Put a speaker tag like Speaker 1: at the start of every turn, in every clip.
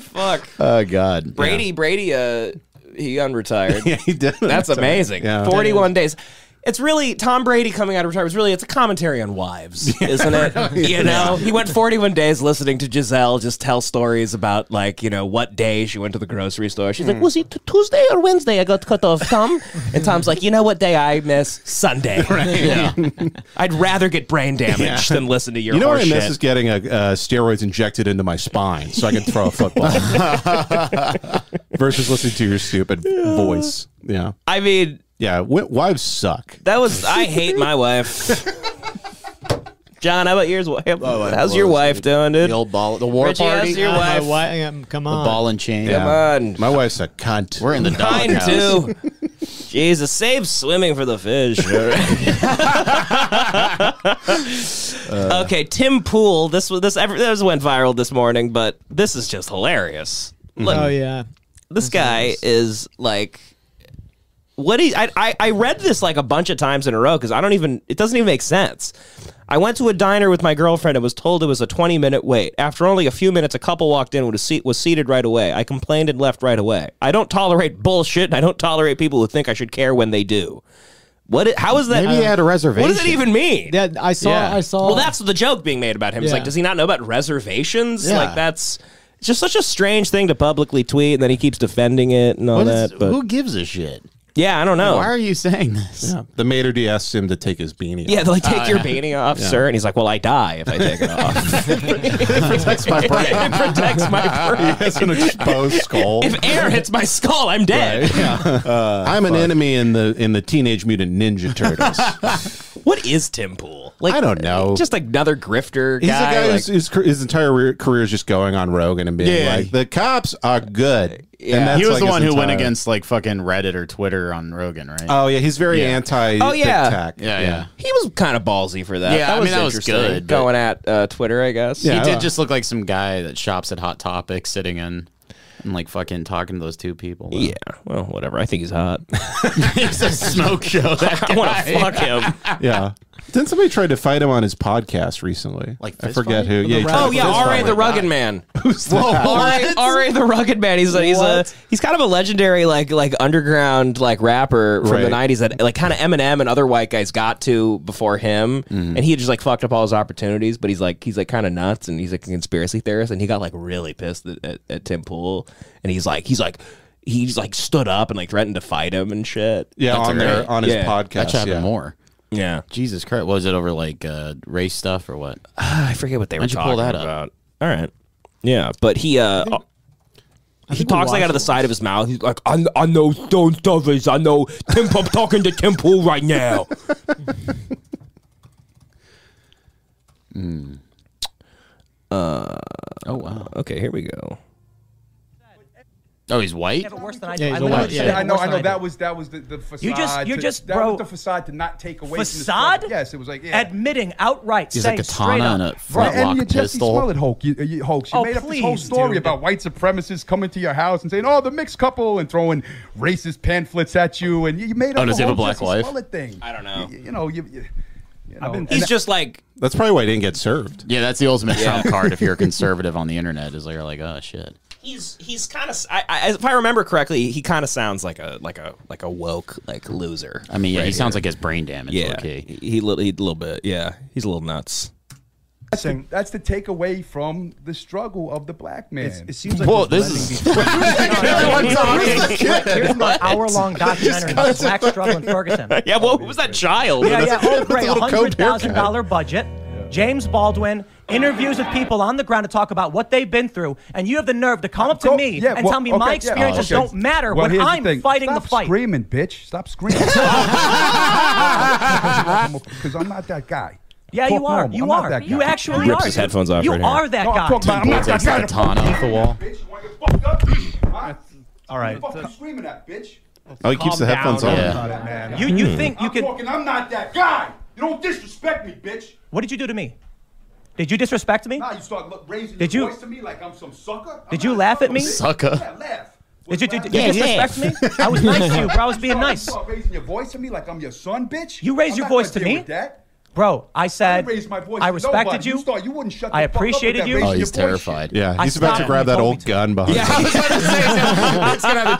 Speaker 1: Fuck.
Speaker 2: Oh God,
Speaker 1: Brady, Brady, uh, he unretired.
Speaker 2: Yeah, he did.
Speaker 1: That's amazing.
Speaker 3: Oh,
Speaker 2: Yeah.
Speaker 1: 41 days. It's really Tom Brady coming out of retirement. It's really it's a commentary on wives, isn't it? You know, he went 41 days listening to Giselle just tell stories about like you know what day she went to the grocery store. She's
Speaker 2: Hmm.
Speaker 1: like, was it t- Tuesday or Wednesday? I got cut off, Tom. And Tom's like, you know what day I miss? Sunday. Yeah. I'd rather get brain damage than listen to your.
Speaker 2: You know what I
Speaker 1: horse
Speaker 2: miss
Speaker 1: shit.
Speaker 2: is getting a, uh, steroids injected into my spine so I can throw a football versus listening to your stupid voice. Yeah,
Speaker 1: I mean,
Speaker 2: yeah. W- wives suck.
Speaker 1: That was I hate my wife. John, how about yours? wife?
Speaker 4: I
Speaker 1: How's your
Speaker 4: blows,
Speaker 1: wife
Speaker 4: dude.
Speaker 1: doing, dude?
Speaker 4: The old ball, the war
Speaker 1: Richie,
Speaker 4: party,
Speaker 1: how's your
Speaker 4: the
Speaker 3: Uh-huh.
Speaker 1: wa-
Speaker 5: my
Speaker 1: wife.
Speaker 5: wi- um, come on.
Speaker 4: ball and chain.
Speaker 1: Come on.
Speaker 2: My wife's a cunt.
Speaker 4: We're in the dog
Speaker 1: Mine too. Jesus, save swimming for the fish. okay, Tim Pool. This was this ever this went viral this morning, but this is just hilarious. Look,
Speaker 5: Oh yeah.
Speaker 1: this guy is like what he I, I i read this like a bunch of times in a row because i don't even it doesn't even make sense i went to a diner with my girlfriend and was told it was a 20 minute wait after only a few minutes a couple walked in with a seat was seated right away i complained and left right away i don't tolerate bullshit and i don't tolerate people who think i should care when they do what i- how is that uh,
Speaker 2: Maybe he had a reservation.
Speaker 1: what does that even mean
Speaker 5: That I saw. I saw.
Speaker 1: well, that's the joke being made about him. It's
Speaker 5: Yeah.
Speaker 1: like, does he not know about reservations?
Speaker 2: Yeah.
Speaker 1: Like, that's it's just such a strange thing to publicly tweet, and then he keeps defending it and all
Speaker 4: What is,
Speaker 1: that. but
Speaker 4: who gives a shit?
Speaker 1: yeah, I don't know.
Speaker 4: Why are you saying this?
Speaker 2: Yeah. The maitre d' asks him to take his beanie.
Speaker 1: yeah, they're like take your beanie off, sir, and he's like, "Well, I die if I take it off.
Speaker 2: that's my
Speaker 1: it protects my pride.
Speaker 2: That's an exposed skull.
Speaker 1: If air hits my skull, I'm dead.
Speaker 2: Uh, I'm an enemy in the in the Teenage Mutant Ninja Turtles.
Speaker 1: What is Tim Pool? Like,
Speaker 2: I don't know.
Speaker 1: Just another grifter guy.
Speaker 2: He's a guy
Speaker 1: like-
Speaker 2: who's, who's, cr- his entire re- career is just going on Rogan and being
Speaker 4: Yeah.
Speaker 2: like, the cops are good.
Speaker 1: Yeah.
Speaker 2: And that's
Speaker 4: he was
Speaker 2: like
Speaker 4: the
Speaker 2: his
Speaker 4: one who went
Speaker 2: entire-
Speaker 4: against like fucking Reddit or Twitter on Rogan, right?
Speaker 2: Uh, Oh, yeah. He's very
Speaker 4: Yeah.
Speaker 2: anti
Speaker 1: Oh, yeah.
Speaker 2: TikTok.
Speaker 4: yeah, yeah.
Speaker 1: he was kind of ballsy for that.
Speaker 4: Yeah, I
Speaker 1: that
Speaker 4: mean,
Speaker 1: was
Speaker 4: that was
Speaker 1: interesting.
Speaker 4: good, but-
Speaker 1: Going at uh, Twitter, I guess.
Speaker 2: Yeah.
Speaker 4: He did just look like some guy that shops at Hot Topic, sitting in and like fucking talking to those two people.
Speaker 1: Yeah. Well, whatever. I think he's hot.
Speaker 4: it's a smoke show. That
Speaker 1: I want to fuck him.
Speaker 2: Yeah. Didn't somebody try to fight him on his podcast recently?
Speaker 4: Like
Speaker 2: I
Speaker 4: fist
Speaker 2: forget
Speaker 4: fight?
Speaker 2: who. Yeah, he tried
Speaker 1: Oh
Speaker 2: to
Speaker 1: yeah,
Speaker 2: fist
Speaker 1: R.A.
Speaker 2: fight.
Speaker 1: the Rugged Man.
Speaker 2: Who's that?
Speaker 1: R.A. R.A. the Rugged Man. He's a, he's a he's kind of a legendary like like underground like rapper from the
Speaker 2: Right.
Speaker 1: '90s that like kind of Eminem and other white guys got to before him,
Speaker 2: Mm-hmm.
Speaker 1: and he had just like fucked up all his opportunities. But he's like he's like kind of nuts and he's like a conspiracy theorist, and he got like really pissed at, at, at Tim Pool, and he's like he's like he's like stood up and like threatened to fight him and shit.
Speaker 2: Yeah, on
Speaker 4: right.
Speaker 2: their on his
Speaker 1: Yeah.
Speaker 4: That
Speaker 2: podcast.
Speaker 4: should happen
Speaker 2: yeah.
Speaker 4: more.
Speaker 1: Yeah,
Speaker 4: Jesus Christ, was it over like uh, race stuff or what?
Speaker 1: I forget what they were
Speaker 4: Why'd you
Speaker 1: talking
Speaker 4: pull that up?
Speaker 1: about. All right. Yeah, but he uh he
Speaker 5: think we
Speaker 1: talks like out of the
Speaker 5: watched
Speaker 1: side of his mouth. He's like, I, I know Stone Stubbers. I know Tim. I'm talking to Tim Pool right now. Mm.
Speaker 4: Oh wow.
Speaker 1: Uh, Okay, here we go.
Speaker 4: Oh, he's white.
Speaker 6: worse than I
Speaker 5: Yeah,
Speaker 6: do.
Speaker 5: he's
Speaker 6: I
Speaker 5: a
Speaker 6: literally
Speaker 5: white,
Speaker 6: said
Speaker 5: yeah.
Speaker 6: it
Speaker 3: I know,
Speaker 6: worse
Speaker 3: I
Speaker 6: than
Speaker 3: know.
Speaker 6: do.
Speaker 3: That was that was the, the facade.
Speaker 6: just- you're
Speaker 3: to,
Speaker 6: just,
Speaker 3: that
Speaker 6: bro-
Speaker 3: was the facade to not take away.
Speaker 6: Facade?
Speaker 3: From this yes, it was like yeah.
Speaker 6: Admitting outright,
Speaker 4: He's a
Speaker 6: saying
Speaker 4: katana
Speaker 6: straight
Speaker 4: and
Speaker 6: up,
Speaker 4: a
Speaker 6: bro,
Speaker 4: front lock
Speaker 3: and you Jesse
Speaker 4: pistol.
Speaker 3: Smollett hoax. You, you, hoax. You
Speaker 6: Oh,
Speaker 3: made up this whole
Speaker 6: please,
Speaker 3: story
Speaker 6: dude.
Speaker 3: about white supremacists coming to your house and saying, "Oh, the mixed couple," and throwing racist pamphlets at you, and you, you made up
Speaker 4: Oh, does
Speaker 3: the
Speaker 4: he have a
Speaker 3: whole
Speaker 4: black
Speaker 3: Jesse
Speaker 4: wife?
Speaker 3: Smollett thing.
Speaker 1: I don't know.
Speaker 3: You, you know, you. you, you know. and
Speaker 1: He's just like,
Speaker 2: That's probably why he didn't get served.
Speaker 4: Yeah, that's the ultimate trump card. If you're a conservative on the internet, is like you're like, oh shit.
Speaker 1: he's he's kind of. I, I, if I remember correctly, he kind of sounds like a like a like a woke like loser.
Speaker 4: I mean, yeah, he sounds like he's brain damage.
Speaker 1: yeah,
Speaker 4: Okay.
Speaker 1: he, he, little- he a little bit. Yeah, he's a little nuts.
Speaker 3: that's, the, that's the takeaway from the struggle of the black man.
Speaker 7: It seems like
Speaker 4: Well,
Speaker 7: there's
Speaker 4: this
Speaker 7: blending between-
Speaker 6: here's my hour-long documentary about the black struggle in Ferguson.
Speaker 1: Yeah, well, who was that child?
Speaker 6: Yeah, yeah. Oh, great.
Speaker 2: little
Speaker 6: hundred
Speaker 2: Coke
Speaker 6: thousand dollar
Speaker 2: haircut.
Speaker 6: budget. James Baldwin interviews with people on the ground to talk about what they've been through, and you have the nerve to come up to
Speaker 3: Go-
Speaker 6: me
Speaker 3: yeah,
Speaker 6: and
Speaker 3: well,
Speaker 6: tell me
Speaker 3: okay,
Speaker 6: my
Speaker 3: yeah,
Speaker 6: experiences
Speaker 3: okay.
Speaker 6: don't matter
Speaker 3: Well,
Speaker 6: when
Speaker 3: here's the
Speaker 6: I'm
Speaker 3: thing.
Speaker 6: fighting
Speaker 3: Stop
Speaker 6: the fight.
Speaker 3: screaming, bitch. Stop screaming. Because I'm not that guy.
Speaker 6: Yeah,
Speaker 3: Talk
Speaker 6: you are.
Speaker 3: normal.
Speaker 6: You
Speaker 3: I'm not
Speaker 6: are.
Speaker 3: that
Speaker 6: You
Speaker 3: guy.
Speaker 6: actually
Speaker 1: Rips
Speaker 6: are.
Speaker 1: his headphones off
Speaker 6: You
Speaker 1: right here.
Speaker 6: are that
Speaker 3: No, I'm
Speaker 6: guy.
Speaker 3: talking about- I'm not that
Speaker 4: Takes
Speaker 3: guy.
Speaker 4: that katana off the wall.
Speaker 3: Bitch, you wanna get fucked up? Huh?
Speaker 7: All right.
Speaker 3: Fuck you screaming at, bitch.
Speaker 2: Oh, he keeps the
Speaker 7: Calm
Speaker 2: headphones
Speaker 7: down
Speaker 2: on.
Speaker 4: Yeah.
Speaker 7: about it, man.
Speaker 6: You you think you
Speaker 3: I'm
Speaker 6: can?
Speaker 3: talking, I'm not that guy. You don't disrespect me, bitch.
Speaker 6: What did you do to me? Did you disrespect me?
Speaker 3: Now you start look, raising
Speaker 6: Did
Speaker 3: your
Speaker 6: you-
Speaker 3: voice to me like I'm some sucker.
Speaker 6: Did
Speaker 3: I'm
Speaker 6: you
Speaker 3: not
Speaker 6: laugh at me?
Speaker 4: Sucker.
Speaker 3: Yeah, laugh.
Speaker 6: Did you, did, did
Speaker 3: Yeah,
Speaker 6: you disrespect me? I was nice to you, bro. I was being
Speaker 3: start-
Speaker 6: nice.
Speaker 3: You start raising your voice to me like I'm your son, bitch.
Speaker 6: You raise
Speaker 3: I'm
Speaker 6: your
Speaker 3: not gonna
Speaker 6: voice to
Speaker 3: deal
Speaker 6: me?
Speaker 3: with that.
Speaker 6: Bro, I said,
Speaker 3: raised my voice.
Speaker 6: I
Speaker 3: to
Speaker 6: respected
Speaker 3: nobody.
Speaker 6: you.
Speaker 3: You, start, you wouldn't shut.
Speaker 6: I
Speaker 3: the fuck up with
Speaker 6: appreciated
Speaker 3: that
Speaker 6: you.
Speaker 3: raising
Speaker 4: Oh,
Speaker 3: your
Speaker 4: he's
Speaker 3: voice shit.
Speaker 4: terrified.
Speaker 2: Yeah,
Speaker 6: I
Speaker 2: he's about to
Speaker 6: stopped
Speaker 2: grab
Speaker 6: when
Speaker 2: that
Speaker 6: you
Speaker 2: old
Speaker 6: told me
Speaker 2: gun behind. him.
Speaker 4: It's gonna be-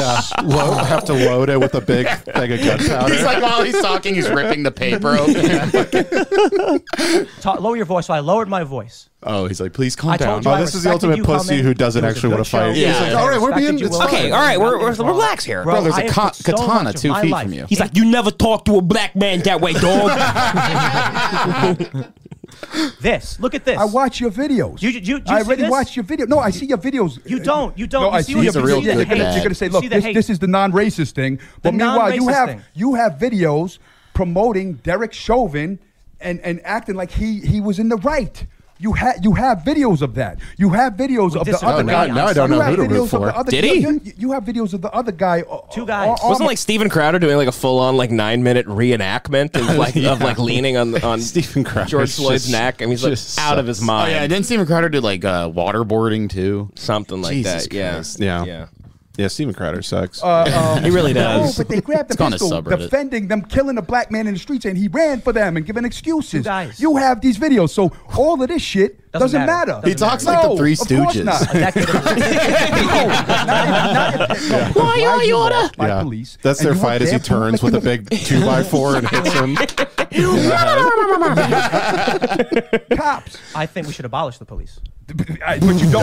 Speaker 2: Yeah, Lo- have to load it with a big thing of gunpowder.
Speaker 4: he's like while he's talking, he's ripping the paper open.
Speaker 6: Ta- lower your voice. So I lowered my voice.
Speaker 4: oh, he's like, please calm
Speaker 6: I
Speaker 4: down.
Speaker 6: told
Speaker 2: oh,
Speaker 6: I
Speaker 2: this is the
Speaker 6: respected
Speaker 2: ultimate
Speaker 6: you coming.
Speaker 2: pussy who doesn't
Speaker 6: It was a
Speaker 2: actually
Speaker 6: good
Speaker 2: want to fight.
Speaker 6: show.
Speaker 2: He's
Speaker 4: Yeah.
Speaker 2: like, all right, we're
Speaker 6: Respected
Speaker 2: being
Speaker 6: you
Speaker 2: it's
Speaker 6: well.
Speaker 2: fine.
Speaker 1: Okay, all right, we're-
Speaker 6: Nothing's
Speaker 1: we're-
Speaker 6: wrong.
Speaker 1: relax here.
Speaker 6: Bro,
Speaker 4: Bro, there's
Speaker 6: I
Speaker 4: a
Speaker 6: have
Speaker 4: ka-
Speaker 6: put so
Speaker 4: katana
Speaker 6: much of
Speaker 4: two
Speaker 6: my
Speaker 4: feet
Speaker 6: life
Speaker 4: from you.
Speaker 1: He's like, you never talk to a black man that way, dog.
Speaker 6: This. Look at this.
Speaker 3: I watch your videos.
Speaker 6: You- you- you
Speaker 3: I
Speaker 6: see
Speaker 3: already
Speaker 6: this?
Speaker 3: watch your video. No, I see your videos.
Speaker 6: You don't. You don't.
Speaker 3: No,
Speaker 6: You
Speaker 3: I
Speaker 6: see
Speaker 3: see
Speaker 6: what
Speaker 3: your
Speaker 4: He's a
Speaker 3: videos.
Speaker 4: real
Speaker 3: You're
Speaker 4: good
Speaker 3: gonna-
Speaker 4: dad.
Speaker 3: You're gonna say,
Speaker 6: You
Speaker 3: look,
Speaker 6: see the
Speaker 3: this,
Speaker 6: hate.
Speaker 3: this is the non-racist thing. But
Speaker 6: The
Speaker 3: meanwhile, you
Speaker 6: non-racist
Speaker 3: have
Speaker 6: thing.
Speaker 3: you have videos promoting Derek Chauvin and and acting like he he was in the right. You have you have videos of that. You have videos of the
Speaker 6: disagree
Speaker 3: other
Speaker 6: on
Speaker 3: guy.
Speaker 6: Oh, now- now I
Speaker 2: don't
Speaker 3: You
Speaker 2: know
Speaker 3: have
Speaker 2: who to root
Speaker 3: videos of
Speaker 2: for.
Speaker 3: the other-
Speaker 1: Did
Speaker 3: you-
Speaker 1: he?
Speaker 3: You, you have videos of the other guy. uh,
Speaker 6: Two
Speaker 3: uh,
Speaker 6: guys.
Speaker 4: Oh,
Speaker 3: uh,
Speaker 1: Wasn't like Steven Crowder doing like a full on like nine minute reenactment of like of like leaning on on
Speaker 2: Stephen Crowder's
Speaker 1: George Floyd's
Speaker 2: just-
Speaker 1: neck? I mean, he's like
Speaker 2: just
Speaker 1: out of his
Speaker 2: sucks.
Speaker 4: oh
Speaker 1: mind.
Speaker 4: yeah, didn't Stephen Crowder do like uh, waterboarding too?
Speaker 1: Something like
Speaker 4: Jesus
Speaker 1: that. Yeah.
Speaker 4: Christ.
Speaker 2: Yeah.
Speaker 1: yeah.
Speaker 2: Yeah, Steven Crowder sucks.
Speaker 6: um,
Speaker 3: uh,
Speaker 1: He
Speaker 6: oh,
Speaker 1: really
Speaker 3: No,
Speaker 1: does.
Speaker 3: but they grabbed the
Speaker 4: It's on a
Speaker 3: pistol,
Speaker 4: subreddit.
Speaker 3: defending them killing a black man in the streets, and he ran for them and giving excuses.
Speaker 6: guys.
Speaker 3: You have these videos, so all of this shit doesn't,
Speaker 6: Doesn't matter.
Speaker 3: matter.
Speaker 6: He Doesn't
Speaker 4: talks matter. like the
Speaker 3: No,
Speaker 4: Three
Speaker 3: of course
Speaker 4: Stooges.
Speaker 3: not.
Speaker 6: That could-
Speaker 3: No, not if- not if- no, why are you robbed by
Speaker 2: yeah.
Speaker 3: police?
Speaker 2: That's
Speaker 3: and
Speaker 2: their
Speaker 3: you were
Speaker 2: fight as
Speaker 3: there
Speaker 2: he
Speaker 3: for-
Speaker 2: turns with a big two by four and hits him.
Speaker 3: cops.
Speaker 6: I think we should abolish the police.
Speaker 3: I- but you don't.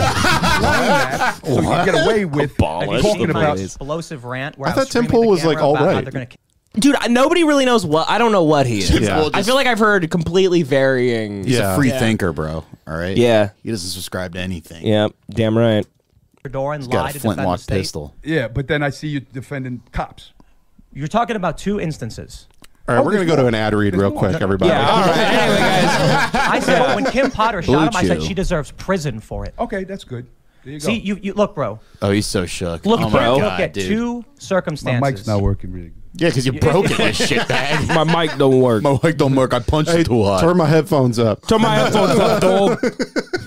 Speaker 3: Learn that, so you get away with
Speaker 1: Abolish the
Speaker 3: talking about.
Speaker 1: police.
Speaker 6: explosive rant. Where I,
Speaker 2: I thought
Speaker 6: was screaming
Speaker 2: Tim Pool
Speaker 6: at the
Speaker 2: was, like,
Speaker 6: camera about how
Speaker 2: alright.
Speaker 6: They're gonna kill
Speaker 1: Dude, I- nobody really knows what I don't know what he is.
Speaker 2: Yeah.
Speaker 4: Well,
Speaker 1: I
Speaker 4: just-
Speaker 1: feel like I've heard completely varying.
Speaker 4: He's
Speaker 2: Yeah.
Speaker 4: a free thinker, bro. All right.
Speaker 1: Yeah.
Speaker 4: He doesn't subscribe to anything.
Speaker 1: Yeah, damn right.
Speaker 6: your door and
Speaker 4: He's got
Speaker 6: lie
Speaker 4: a
Speaker 6: to defend the
Speaker 4: flintlock
Speaker 6: state.
Speaker 4: pistol.
Speaker 3: Yeah, but then I see you defending cops.
Speaker 6: You're talking about two instances.
Speaker 2: All right, we're going to go to an ad read real quick, everybody.
Speaker 1: Anyway, guys.
Speaker 6: I said when Kim Potter shot him, I said
Speaker 4: Bluetooth.
Speaker 6: she deserves prison for it.
Speaker 3: Okay, that's good. There you go.
Speaker 6: See, you, you look, bro.
Speaker 4: Oh, he's so shook.
Speaker 1: Look,
Speaker 4: oh
Speaker 1: bro.
Speaker 4: My
Speaker 6: Look
Speaker 4: God,
Speaker 6: at
Speaker 4: dude.
Speaker 6: two
Speaker 3: my
Speaker 6: circumstances.
Speaker 3: mic's not working really. good.
Speaker 4: Yeah, because you broke it, my shit bag.
Speaker 1: My mic don't work.
Speaker 4: My mic don't work. I punched
Speaker 2: Hey,
Speaker 4: it too hard.
Speaker 2: turn my headphones up.
Speaker 1: Turn my headphones up, dog.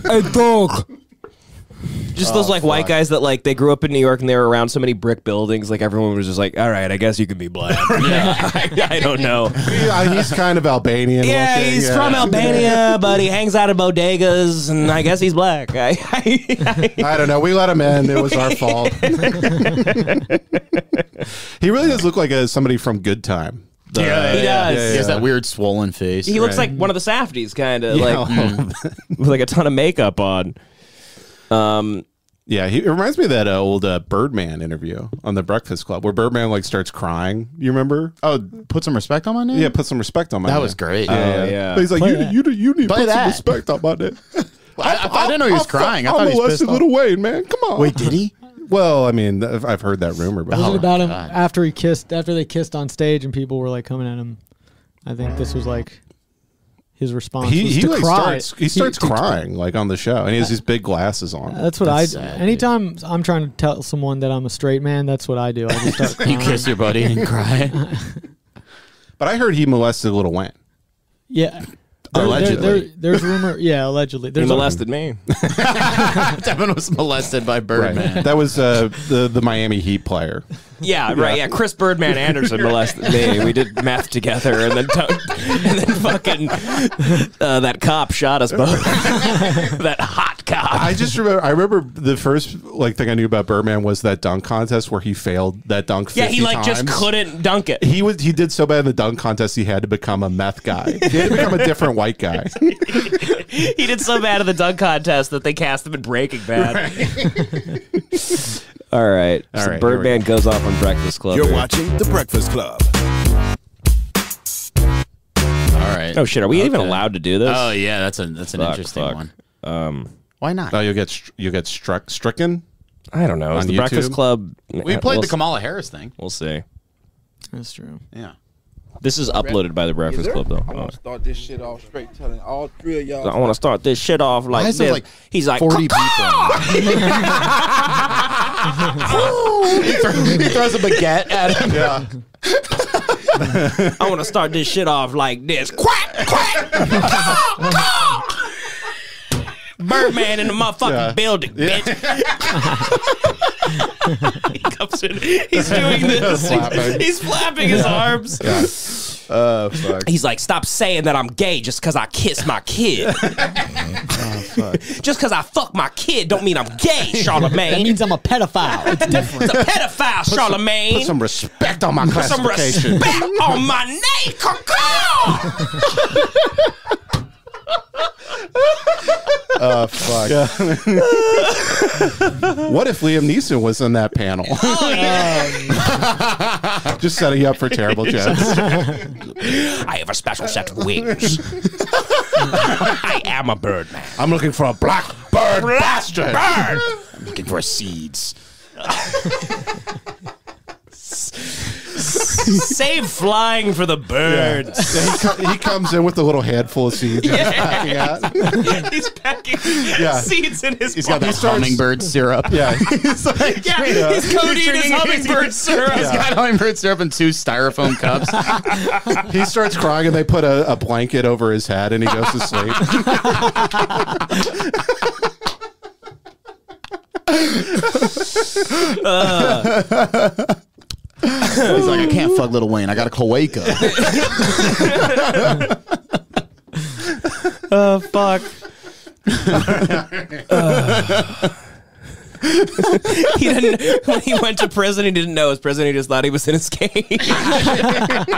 Speaker 1: Hey, dog. Just
Speaker 4: Oh,
Speaker 1: those like white guys that like they grew up in New York and they were around so many brick buildings. Like everyone was just like, "All right, I guess you can be black." I, I don't know.
Speaker 2: Yeah, he's kind of Albanian.
Speaker 1: Yeah,
Speaker 2: looking,
Speaker 1: he's
Speaker 2: yeah.
Speaker 1: from Albania, but he hangs out at bodegas, and I guess he's black. I, I,
Speaker 2: I don't know. We let him in. It was our fault. he really does look like a, somebody from Good Time. The-
Speaker 4: yeah,
Speaker 1: He does.
Speaker 4: He has that weird swollen face.
Speaker 1: he looks like one of the Safdies, kind of
Speaker 2: Yeah,
Speaker 1: uh, like hmm. mm, with like a ton of makeup on. Um,
Speaker 2: yeah, he it reminds me of that uh, old uh, Birdman interview on the Breakfast Club where Birdman like starts crying. You remember?
Speaker 4: oh, put some respect on my name.
Speaker 2: Yeah, put some respect on my.
Speaker 4: That
Speaker 2: name.
Speaker 4: was great.
Speaker 2: Yeah,
Speaker 4: Oh,
Speaker 1: yeah.
Speaker 2: But he's like,
Speaker 1: Play
Speaker 2: you,
Speaker 1: that.
Speaker 2: you, you need to
Speaker 4: Play
Speaker 2: put
Speaker 4: that.
Speaker 2: some respect on my name.
Speaker 4: I, I, I didn't know he was crying. I
Speaker 2: I'm
Speaker 4: thought he was
Speaker 2: molested
Speaker 4: pissed off.
Speaker 2: little Wayne, man. Come on.
Speaker 4: Wait, did he?
Speaker 2: Well, I mean, I've I've heard that rumor, but
Speaker 5: Was
Speaker 4: Oh
Speaker 5: it
Speaker 4: my
Speaker 5: about him
Speaker 4: God.
Speaker 5: after he kissed? After they kissed on stage and people were like coming at him. I think this was like his response.
Speaker 2: he
Speaker 5: was
Speaker 2: he
Speaker 5: to
Speaker 2: like
Speaker 5: cry.
Speaker 2: starts he starts
Speaker 5: to-
Speaker 2: crying like on the show, and he has these big glasses on.
Speaker 5: That's what
Speaker 4: That's
Speaker 5: I.
Speaker 4: sad, dude.
Speaker 5: anytime I'm trying to tell someone that I'm a straight man, that's what I do. I just start crying.
Speaker 4: You kiss your buddy and cry.
Speaker 2: But I heard he molested Little Wayne.
Speaker 5: Yeah.
Speaker 4: Allegedly.
Speaker 5: there's rumor. Yeah, allegedly.
Speaker 1: He
Speaker 5: There's a-
Speaker 1: molested me.
Speaker 4: Devin was molested by Birdman.
Speaker 2: That was uh, the the Miami Heat player.
Speaker 1: Yeah, right. Yeah, Chris Birdman Anderson molested me. We did math together, and then and then fucking uh, that cop shot us both. that hot cop.
Speaker 2: I just remember. I remember the first like thing I knew about Birdman was that dunk contest where he failed that dunk. 50
Speaker 1: yeah, he like just
Speaker 2: times.
Speaker 1: couldn't dunk it.
Speaker 2: He was he did so bad in the dunk contest he had to become a meth guy. He had to become a different white guy.
Speaker 1: He did so bad at the dunk contest that they cast him in Breaking Bad. All right,
Speaker 2: All
Speaker 1: so
Speaker 2: right, here
Speaker 1: Birdman
Speaker 2: we
Speaker 1: goes off on Breakfast Club.
Speaker 7: You're
Speaker 1: here.
Speaker 7: watching The Breakfast Club.
Speaker 4: All right.
Speaker 1: Oh shit, are we even
Speaker 4: Okay.
Speaker 1: allowed to do this?
Speaker 4: Oh yeah, that's a that's an
Speaker 1: Fuck,
Speaker 4: interesting
Speaker 1: fuck. Um,
Speaker 4: one. Why not?
Speaker 2: Oh, you'll get str- you'll get struck stricken.
Speaker 1: I don't know. Is
Speaker 2: On
Speaker 1: the Breakfast
Speaker 2: YouTube?
Speaker 1: Club?
Speaker 4: we played
Speaker 1: we'll,
Speaker 4: the Kamala Harris thing.
Speaker 1: We'll see.
Speaker 5: That's true.
Speaker 4: Yeah. Uh,
Speaker 1: This is uploaded by the Breakfast Club though.
Speaker 8: I
Speaker 1: Oh.
Speaker 8: want to start this shit off straight, telling all three of y'all.
Speaker 1: I want to start this shit off like
Speaker 4: Why is
Speaker 1: this.
Speaker 4: there, like,
Speaker 1: He's like,
Speaker 4: 40 people. he, throws, he throws a baguette at him.
Speaker 2: Yeah,
Speaker 1: I want to start this shit off like this. Quack, quack. Caw, caw. Birdman in the motherfucking
Speaker 2: Yeah.
Speaker 1: building, bitch. he comes in. He's doing this.
Speaker 2: Flapping.
Speaker 1: He's flapping his arms.
Speaker 2: Oh fuck.
Speaker 1: He's like, stop saying that I'm gay just because I kiss my kid. just because I fuck my kid don't mean I'm gay, Charlemagne.
Speaker 5: That means I'm a pedophile. It's different.
Speaker 1: it's a pedophile, Charlemagne.
Speaker 2: Put some respect on my
Speaker 1: Put some
Speaker 2: classification.
Speaker 1: respect on my name, Coco.
Speaker 2: Oh fuck. what if Liam Neeson was in that panel? Just setting you up for terrible jokes.
Speaker 1: I have a special set of wings. I am a bird man.
Speaker 2: I'm looking for a black bird bastard.
Speaker 1: I'm looking for seeds. Save flying for the
Speaker 2: Yeah.
Speaker 1: birds.
Speaker 2: Yeah, he, co- he comes in with a little handful of seeds.
Speaker 1: Yeah.
Speaker 2: Yeah.
Speaker 1: He's packing
Speaker 2: Yeah.
Speaker 1: seeds in his
Speaker 2: He's got that
Speaker 4: hummingbird syrup.
Speaker 2: Yeah. He's like,
Speaker 1: Yeah,
Speaker 2: yeah.
Speaker 1: his codeine is
Speaker 4: drinking-
Speaker 1: hummingbird syrup.
Speaker 4: He's got hummingbird syrup in two styrofoam cups.
Speaker 2: He starts crying and they put a, a blanket over his head and he goes to sleep.
Speaker 1: Uh,
Speaker 4: He's like, I can't fuck Little Wayne. I got a cloaca.
Speaker 1: Oh fuck.
Speaker 4: Uh,
Speaker 1: Uh, he didn't when he went to prison he didn't know his prison he just thought he was in his cage
Speaker 2: Hey, I,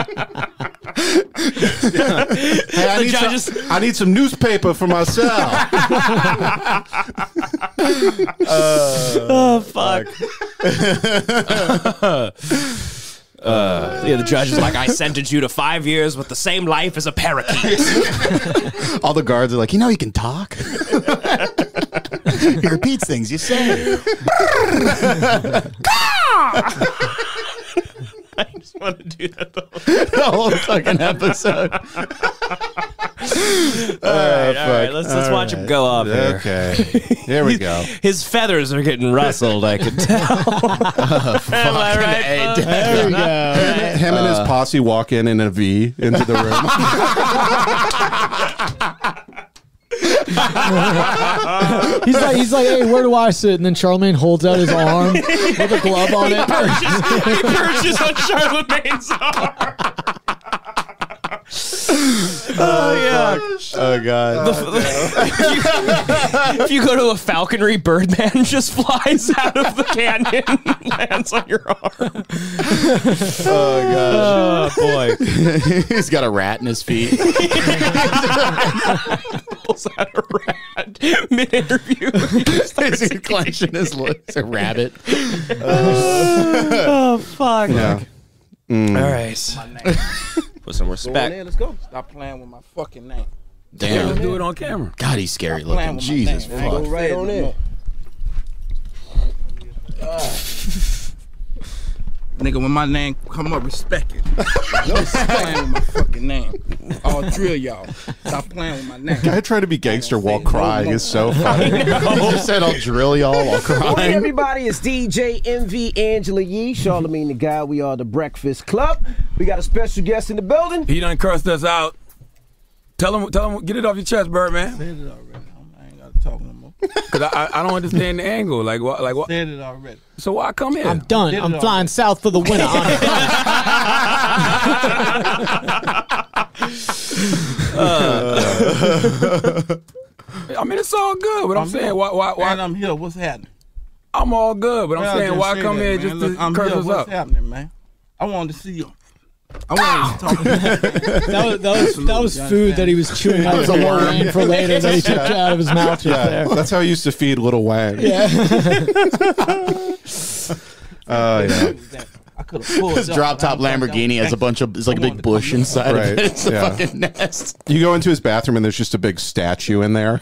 Speaker 1: The
Speaker 2: need
Speaker 1: judges-
Speaker 2: some, I need some newspaper for my cell. Uh,
Speaker 1: oh fuck Uh, yeah, the judge is like, I sentenced you to five years with the same life as a parakeet.
Speaker 4: All the guards are like, you know, he can talk. he repeats things you say.
Speaker 1: I just want to do that the whole
Speaker 4: The whole fucking episode. Oh,
Speaker 2: Oh,
Speaker 1: All right, all right, let's, let's watch him go off here.
Speaker 2: Okay. Here we go.
Speaker 1: His feathers are getting rustled, I can tell.
Speaker 2: Oh,
Speaker 1: Am I right?
Speaker 4: A,
Speaker 1: folks?
Speaker 2: There we go. Him and his posse walk in in a V into the room.
Speaker 5: He's like, he's like, hey, where do I sit? And then Charlemagne holds out his arm with a glove on it.
Speaker 1: purchase, he purchased on Charlemagne's arm. oh
Speaker 2: oh god.
Speaker 4: Uh,
Speaker 1: yeah! if you go to a falconry, Birdman just flies out of the canyon, and lands on your arm. Oh gosh! Oh boy!
Speaker 4: He's got a rat in his feet.
Speaker 1: Pulls out a rat mid-interview. He just starts
Speaker 4: He's
Speaker 1: eating.
Speaker 4: clenching his lips. A rabbit.
Speaker 1: Oh fuck!
Speaker 2: Yeah.
Speaker 1: All right. Mm. Put some respect.
Speaker 8: let's go. Stop playing with my fucking name.
Speaker 4: Damn.
Speaker 7: Do it on camera.
Speaker 4: God, he's scary looking.
Speaker 8: Playing with
Speaker 4: Jesus
Speaker 8: my name. Let's
Speaker 4: fuck.
Speaker 8: Go right on in. Nigga, when my name come up, respect it. No playing with my fucking name. I'll drill y'all. Stop playing with my name.
Speaker 2: I try to be gangster while crying is so funny. He just said I'll drill y'all while
Speaker 7: Hey
Speaker 2: crying.
Speaker 7: everybody, it's DJ MV Angela Yee, Charlemagne the Guy. We are the Breakfast Club. We got a special guest in the building. He done cursed us out. Tell him, tell him, get it off your chest, Birdman.
Speaker 8: Said it already. I ain't gotta talk no more.
Speaker 7: Cause I, I, I don't understand the angle. Like what, like what?
Speaker 8: Said it already.
Speaker 7: So why come here?
Speaker 5: I'm done. I'm flying south for the winter. On a plane.
Speaker 7: I mean, it's all good. But I'm, saying, why, why, why?
Speaker 8: And I'm here. What's happening?
Speaker 7: I'm all good. But I'm
Speaker 8: Well,
Speaker 7: saying,
Speaker 8: just
Speaker 7: why
Speaker 8: say
Speaker 7: come
Speaker 8: that,
Speaker 7: here
Speaker 8: man.
Speaker 7: just
Speaker 8: Look,
Speaker 7: to
Speaker 8: I'm
Speaker 7: curse
Speaker 8: here.
Speaker 7: us
Speaker 8: What's
Speaker 7: up?
Speaker 8: happening, man? I wanted to see you. I wanted to talk to you.
Speaker 5: That was, that was, that was food that he was chewing out
Speaker 2: was
Speaker 5: as
Speaker 2: a
Speaker 5: a
Speaker 2: worm.
Speaker 5: worm for later that he took out of his mouth just
Speaker 2: Yeah,
Speaker 5: there.
Speaker 2: that's how I used to feed little Wang.
Speaker 5: Yeah.
Speaker 2: Oh yeah.
Speaker 8: I could have pulled
Speaker 4: Uh, This drop top Lamborghini has a bunch of, it's like a big bush inside
Speaker 2: Right,
Speaker 4: of it. It's a
Speaker 2: yeah.
Speaker 4: fucking nest.
Speaker 2: You go into his bathroom and there's just a big statue in there.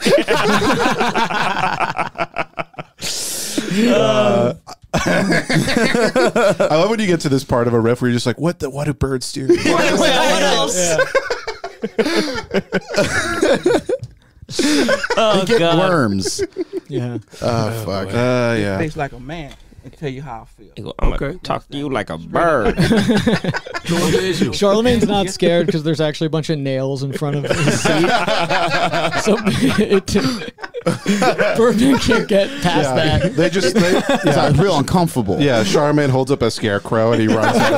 Speaker 2: Uh, I love when you get to this part of a riff where you're just like, "What the? What do birds do?"
Speaker 1: What else? oh
Speaker 4: Get
Speaker 1: god!
Speaker 4: worms.
Speaker 5: Yeah.
Speaker 1: Ah,
Speaker 2: Oh fuck! Uh, yeah.
Speaker 8: Face like a man and tell you how I feel.
Speaker 1: I'm gonna talk to you like a bird.
Speaker 7: So what's the issue?
Speaker 5: Charlemagne's not scared because there's actually a bunch of nails in front of his seat. so it, Birdman can't get past
Speaker 2: Yeah.
Speaker 5: that.
Speaker 2: They just they,
Speaker 4: It's
Speaker 2: yeah.
Speaker 4: like real uncomfortable.
Speaker 2: yeah. Charmin holds up a scarecrow and he runs. out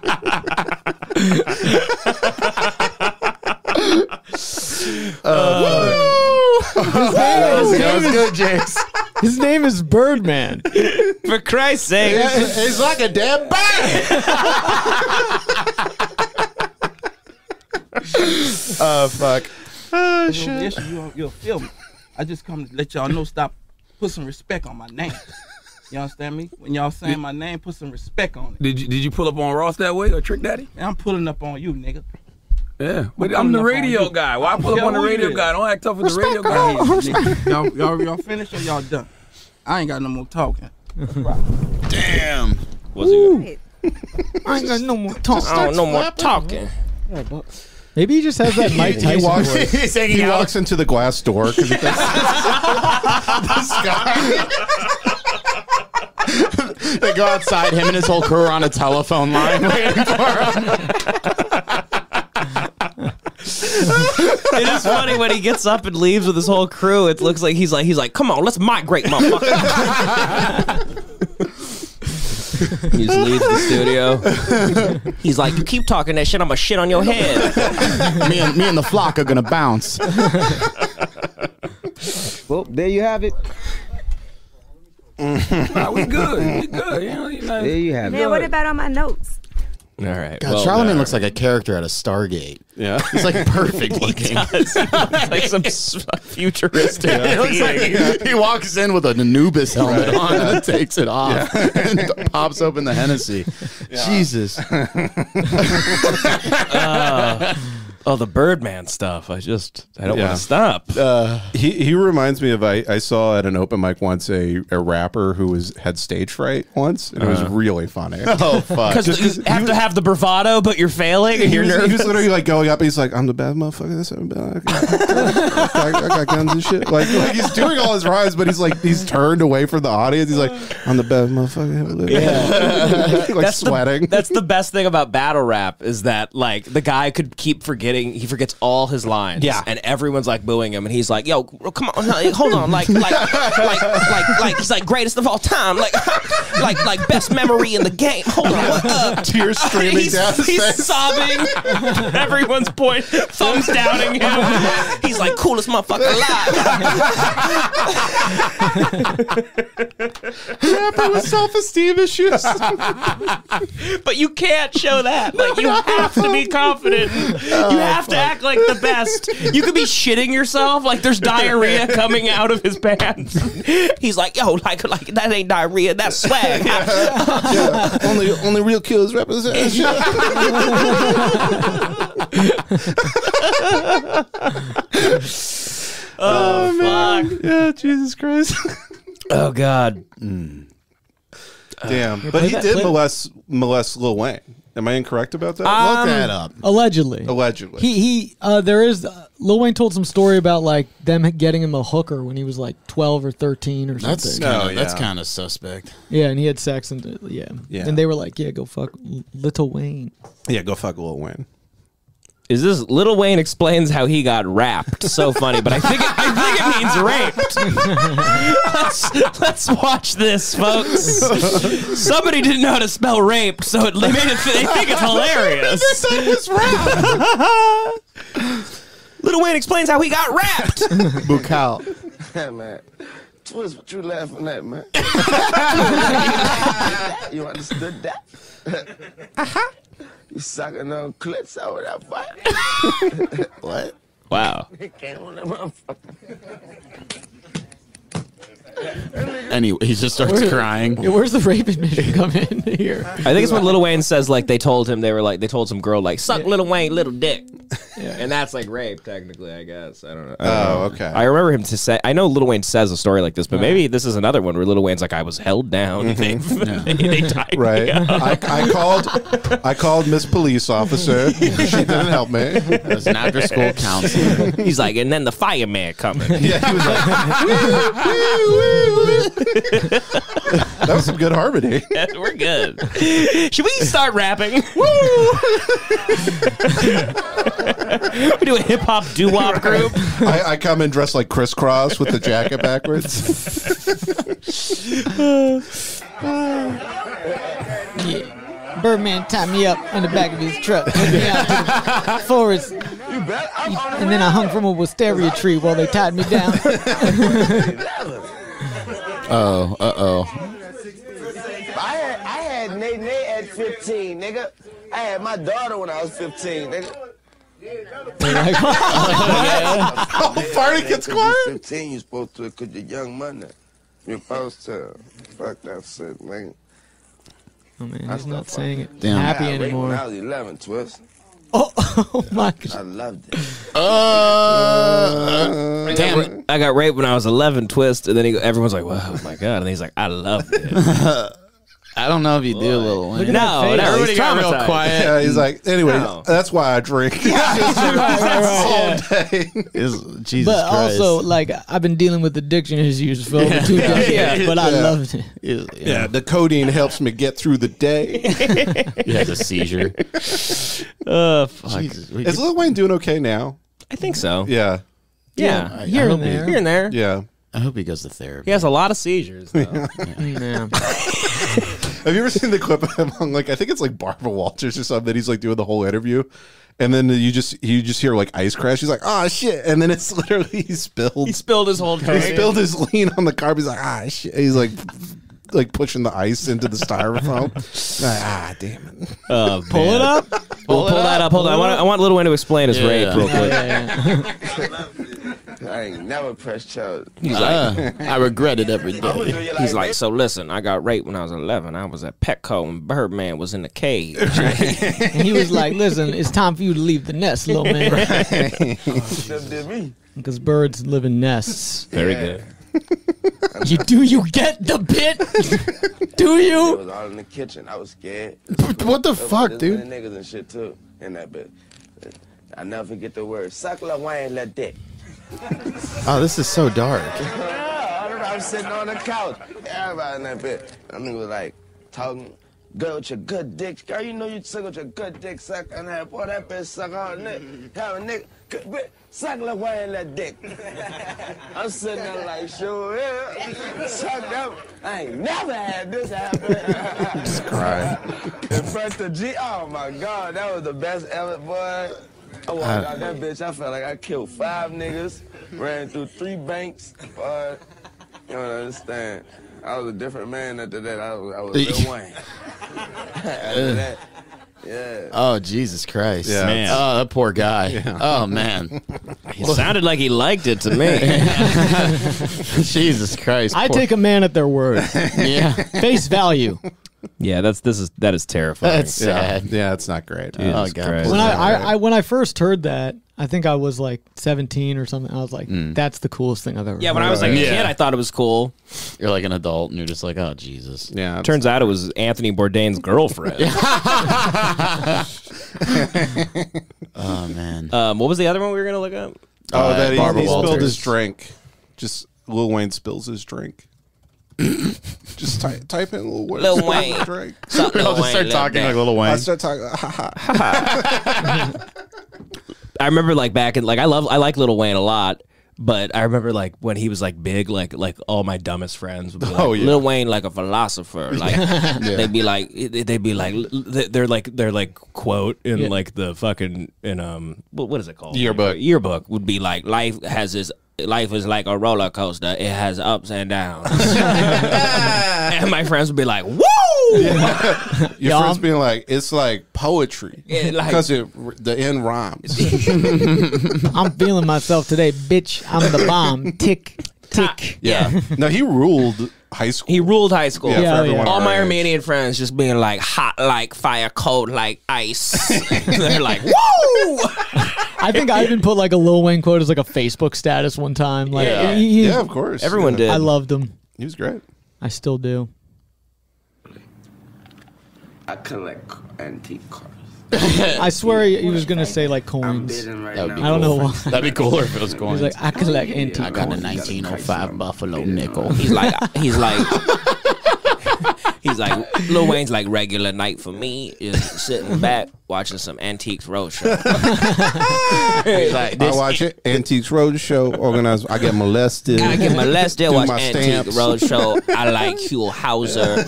Speaker 2: of the room. uh, That was good, James.
Speaker 5: His name is Birdman.
Speaker 1: For Christ's sake.
Speaker 2: It's like a dead bat. Oh fuck!
Speaker 8: Oh, shit. you, you'll feel me. I just come to let y'all know. Stop. Put some respect on my name. You understand me? When y'all saying my name, put some respect on it.
Speaker 7: Did you, did you pull up on Ross that way or Trick Daddy?
Speaker 8: And I'm pulling up on you, nigga.
Speaker 7: Yeah. But
Speaker 8: pulling
Speaker 7: I'm the
Speaker 8: up on
Speaker 7: radio
Speaker 8: you.
Speaker 7: guy. Why pull
Speaker 8: Yeah,
Speaker 7: up on the
Speaker 8: who you
Speaker 7: radio
Speaker 8: is?
Speaker 7: guy? Don't act tough with the radio guy.
Speaker 8: Right here, nigga. y'all, y'all, y'all finished or y'all done? I ain't got no more talking.
Speaker 2: Damn.
Speaker 5: I ain't got no more talk.
Speaker 1: Oh, no more talking.
Speaker 7: Oh,
Speaker 5: Maybe he just has that Mike
Speaker 2: He
Speaker 5: Tyson
Speaker 2: walks.
Speaker 5: voice.
Speaker 2: He's hanging he walks into the glass door. 'cause this, this guy.
Speaker 4: They go outside. Him and his whole crew are on a telephone line waiting for him.
Speaker 1: It is funny when he gets up and leaves with his whole crew. It looks like he's like he's like, come on, let's migrate, motherfucker. he just leaves the studio. He's like, you keep talking that shit, I'ma shit on your head.
Speaker 4: me and me and the flock are gonna bounce.
Speaker 7: Well, Oh, there you have it. nah, we good. We good. You know, you know. There you have
Speaker 9: Man, what about on my notes?
Speaker 1: All right.
Speaker 4: God, Charlemagne looks like a character out of Stargate.
Speaker 2: Yeah.
Speaker 4: He's like perfect looking.
Speaker 1: like some s- uh, futuristic.
Speaker 4: It looks like he walks in with an Anubis helmet on and then takes it off and pops open the Hennessy. Jesus.
Speaker 1: Oh, the Birdman stuff. I just I don't
Speaker 2: Yeah. Uh,
Speaker 1: want to stop.
Speaker 2: He he reminds me of I, I saw at an open mic once a, a rapper who was had stage fright once and it was really funny.
Speaker 4: Oh, fuck.
Speaker 1: Because you have to have the bravado, but you're failing and
Speaker 2: He
Speaker 1: you're
Speaker 2: was, he was
Speaker 1: nervous.
Speaker 2: literally like going up. He's like, "I'm the bad motherfucker. That's I'm bad. I got, I got- I got guns and shit." Like, like he's doing all his rhymes, but he's like he's turned away from the audience. He's like, "I'm the bad motherfucker." like sweating.
Speaker 1: The, that's the best thing about battle rap is that like the guy could keep forgetting. He forgets all his lines.
Speaker 2: Yeah.
Speaker 1: and everyone's like booing him, and he's like, "Yo, come on, like, hold on, like, like, like, like, like, he's like greatest of all time, like, like, like best memory in the game. Hold on, what up?"
Speaker 2: tears streaming
Speaker 1: he's,
Speaker 2: down his
Speaker 1: he's
Speaker 2: face.
Speaker 1: sobbing. Everyone's point thumbs downing him. He's like coolest motherfucker alive.
Speaker 2: Rapper with self-esteem issues.
Speaker 1: But you can't show that. Like you have to be confident.
Speaker 2: Oh,
Speaker 1: you have to act like the best. You could be shitting yourself. Like there's diarrhea coming out of his pants. He's like, yo, like, like that ain't diarrhea. That's swag.
Speaker 2: only only real killers represent.
Speaker 1: Oh, fuck.
Speaker 2: yeah, Jesus Christ. Mm.
Speaker 1: Oh god.
Speaker 2: Damn, but he
Speaker 5: that-
Speaker 2: did
Speaker 5: play-
Speaker 2: molest molest Lil Wayne. Am I incorrect about that?
Speaker 4: Look that up.
Speaker 5: Um, Allegedly.
Speaker 2: Allegedly.
Speaker 5: He he. Uh, there is uh, Lil Wayne told some story about like them getting him a hooker when he was like twelve or thirteen or something.
Speaker 4: That's
Speaker 2: No,
Speaker 4: kind of that's
Speaker 2: yeah.
Speaker 4: kind of suspect.
Speaker 5: yeah, and he had sex and uh, yeah.
Speaker 2: Yeah.
Speaker 5: And they were like, yeah, go fuck L- Little Wayne.
Speaker 2: yeah, go fuck Lil Wayne.
Speaker 1: Is this Little Wayne explains how he got rapped? So funny, but I think it, I think it means raped. let's, let's watch this, folks. Somebody didn't know how to spell raped, so it they made it. They think it's hilarious. Little Wayne explains how he got rapped.
Speaker 4: Bukal.
Speaker 10: Yeah, man. What is what you laughing at, man? you understood that?
Speaker 2: Uh-huh.
Speaker 10: you sucking on clits out of that fight? what?
Speaker 1: Wow.
Speaker 10: Came on that motherfucker.
Speaker 4: Anyway, he just starts crying.
Speaker 5: Yeah, where's the rape admission come in here?
Speaker 1: I think it's when Little Wayne says like they told him they were like they told some girl like suck Little Wayne little dick, and that's like rape technically. I guess I don't know.
Speaker 2: Oh, okay.
Speaker 1: I remember him to say. I know Little Wayne says a story like this, but maybe this is another one where Little Wayne's like, "I was held down. They, they tied
Speaker 2: Mm-hmm. Right.
Speaker 1: me up."
Speaker 2: I, I called. I called Miss Police Officer. She didn't help me.
Speaker 4: That's an after school counselor.
Speaker 1: He's like, and then the fireman coming.
Speaker 2: Yeah, he was like, "Woo, woo, woo." that was some good harmony.
Speaker 1: We're good. Should we start rapping? Woo! we do a hip hop doo wop group.
Speaker 2: I, I come in dressed like crisscross with the jacket backwards.
Speaker 5: Birdman tied me up on the back of his truck, took me out to the forest,
Speaker 10: You bet. I'm on the
Speaker 5: and then I hung from a wisteria tree while they tied me down.
Speaker 4: Oh, uh oh.
Speaker 10: I had I had Nay Nay at 15, nigga. I had my daughter when I was 15, nigga.
Speaker 2: Oh, farting gets quiet.
Speaker 10: 15, you supposed to, because you're young money. You're supposed to. Fuck that shit, nigga.
Speaker 5: Oh man, he's
Speaker 10: fucking-
Speaker 5: not saying it
Speaker 4: Damn.
Speaker 5: happy
Speaker 10: I raped When I
Speaker 5: anymore.
Speaker 10: was 11, Twist.
Speaker 5: Oh, oh my god.
Speaker 10: I loved it.
Speaker 4: Uh, damn it.
Speaker 1: I got raped when I was 11, twist, and then he, everyone's like, "Wow, my god!" And he's like, "I love it."
Speaker 4: I don't know if you do, Lil Wayne.
Speaker 1: no, no,
Speaker 4: Everybody
Speaker 1: he's
Speaker 4: got real
Speaker 1: traumatized.
Speaker 4: quiet.
Speaker 2: Yeah, he's like, anyway,
Speaker 1: No.
Speaker 2: that's why I drink.
Speaker 4: Is- Jesus
Speaker 5: But
Speaker 4: Christ.
Speaker 5: also, like, I've been dealing with addiction issues for over two decades, but I
Speaker 2: Yeah.
Speaker 5: loved it.
Speaker 4: Is- yeah.
Speaker 2: yeah, the codeine helps me get through the day.
Speaker 4: he has a seizure. Oh,
Speaker 1: Uh, fuck.
Speaker 4: Jesus.
Speaker 2: Is Lil Wayne doing okay now?
Speaker 1: I think so. Yeah,
Speaker 2: Yeah,
Speaker 1: yeah.
Speaker 5: Here and there.
Speaker 1: here and there.
Speaker 2: yeah.
Speaker 4: I hope he goes to therapy.
Speaker 1: He has a lot of seizures. Though.
Speaker 5: Yeah.
Speaker 2: Have you ever seen the clip of him on like I think it's like Barbara Walters or something that he's like doing the whole interview, and then you just you just hear like ice crash. He's like, ah shit, and then it's literally he spilled
Speaker 1: he spilled his whole
Speaker 2: he
Speaker 1: drink.
Speaker 2: spilled his lean on the carpet. He's like, ah shit. He's like. Like pushing the ice into the styrofoam. Like, ah, damn it!
Speaker 1: Uh, pull it up. We'll pull that up. Hold on. I want, I want Little Wayne to explain his
Speaker 4: Yeah.
Speaker 1: rape real quick.
Speaker 10: I ain't never pressed charges.
Speaker 1: Ah.
Speaker 4: Uh, I regret it every day.
Speaker 1: He's like, so listen, I got raped when I was 11. I was at Petco and Birdman was in the cage.
Speaker 5: And he was like, listen, it's time for you to leave the nest, little man.
Speaker 10: Just did me.
Speaker 5: Because birds live in nests.
Speaker 1: Very good.
Speaker 5: You Do you get the bit? Do
Speaker 10: It
Speaker 5: you?
Speaker 10: was all in the kitchen. I was scared.
Speaker 4: What the fuck,
Speaker 10: There's
Speaker 4: dude?
Speaker 10: many niggas and shit, too, in that bitch. I never forget the word. Suck la wine la dick.
Speaker 4: Oh, this is so dark.
Speaker 10: I remember I was sitting on the couch. Everybody in that bed. That nigga was like talking. Girl, with your good dick. Girl, you know you suck with your good dick. Suck and that boy, that bitch suck on nigga. Have a nigga. good bitch, Suck like why ain't that dick. I'm sitting there like, sure, yeah. Suck that. I ain't never had this happen. Just In front of G. Oh my God, that was the best ever, boy. I walked
Speaker 2: Uh,
Speaker 10: out that bitch. I felt like I killed five niggas, ran through three banks, boy. You don't understand. I was a different man after that. I was, I was Lil Wayne.
Speaker 2: Uh.
Speaker 10: after that, yeah.
Speaker 4: Oh, Jesus Christ.
Speaker 2: Yeah. Man.
Speaker 4: Oh, that poor guy. Oh, man.
Speaker 1: He sounded like he liked it to me.
Speaker 4: Jesus Christ.
Speaker 5: I
Speaker 4: poor-
Speaker 5: take a man at their word.
Speaker 4: Yeah.
Speaker 5: Face value.
Speaker 1: yeah, that's this is that is terrifying.
Speaker 4: That's
Speaker 2: Yeah,
Speaker 4: sad.
Speaker 2: yeah, it's not great.
Speaker 4: Oh,
Speaker 1: Jesus
Speaker 4: God.
Speaker 1: Christ.
Speaker 4: bless
Speaker 5: When I,
Speaker 4: that
Speaker 5: I,
Speaker 4: guy.
Speaker 5: I when I first heard that, I think I was like 17 or something. I was like, that's the coolest thing I've ever
Speaker 1: yeah,
Speaker 5: heard.
Speaker 1: when I was like a
Speaker 4: Yeah.
Speaker 1: kid, I thought it was cool.
Speaker 4: You're like an adult and you're just like, oh, Jesus.
Speaker 2: Yeah, it's-
Speaker 1: Turns out it was Anthony Bourdain's girlfriend.
Speaker 4: Oh, man. Uh,
Speaker 1: um, what was the other one we were gonna look up?
Speaker 2: oh, that he,
Speaker 4: Barbara
Speaker 2: he spilled
Speaker 4: Walters.
Speaker 2: his drink. Just Lil Wayne spills his drink. Just ty- type in Lil Wayne.
Speaker 1: Lil
Speaker 2: spills
Speaker 1: Wayne.
Speaker 2: his Drink.
Speaker 4: I'll just start talking like Little Wayne.
Speaker 2: I start talking. Ha, ha, ha.
Speaker 1: I remember like back in like I love I like Little Wayne a lot, but I remember like when he was like big, like like all my dumbest friends would be like,
Speaker 2: Oh, yeah.
Speaker 1: Lil Wayne like a philosopher, like they'd be like they- they'd be like they're like they're like quote in
Speaker 5: Yeah.
Speaker 1: like the fucking in um what what is it called
Speaker 2: Yearbook.
Speaker 1: yearbook would be like life has this. Life is like a roller coaster. It has ups and downs. and my friends would be like, "Woo!"
Speaker 2: Your
Speaker 5: Yeah.
Speaker 2: friends being like, it's like poetry
Speaker 1: Yeah, like-
Speaker 2: because it the end rhymes.
Speaker 5: I'm feeling myself today, bitch. I'm the bomb. Tick, tick.
Speaker 2: yeah. no, he ruled high school.
Speaker 1: He ruled high school.
Speaker 2: Yeah,
Speaker 5: Yeah, for everyone yeah.
Speaker 1: All
Speaker 2: our
Speaker 1: my
Speaker 2: age.
Speaker 1: Armenian friends just being like hot like fire, cold like ice. They're like, woo!
Speaker 5: I think I even put like a Lil Wayne quote as like a Facebook status one time. Like,
Speaker 1: Yeah.
Speaker 5: he- he-
Speaker 2: yeah, of course.
Speaker 1: Everyone
Speaker 2: yeah.
Speaker 1: did.
Speaker 5: I loved him.
Speaker 2: He was great.
Speaker 5: I still do.
Speaker 10: I collect antique cars.
Speaker 5: I swear he, he was gonna say like
Speaker 10: I'm
Speaker 5: coins.
Speaker 10: bidding right
Speaker 4: That'd be
Speaker 10: now.
Speaker 5: I don't know why.
Speaker 4: That'd be cooler if it was coins.
Speaker 5: He's like, I collect
Speaker 10: Yeah,
Speaker 5: antique.
Speaker 4: got a
Speaker 10: coins.
Speaker 4: 1905 Buffalo
Speaker 10: Bidding on
Speaker 4: nickel.
Speaker 10: them.
Speaker 1: He's like, he's like, he's like, Lil Wayne's like regular night for me is sitting back watching some Antiques Roadshow. He's like,
Speaker 2: I
Speaker 1: this
Speaker 2: watch it. Antiques Roadshow organized. I get molested.
Speaker 1: I get molested.
Speaker 2: Do
Speaker 1: Watch
Speaker 2: my
Speaker 1: Antique
Speaker 2: stamps.
Speaker 1: Roadshow. I like Hugh Hauser.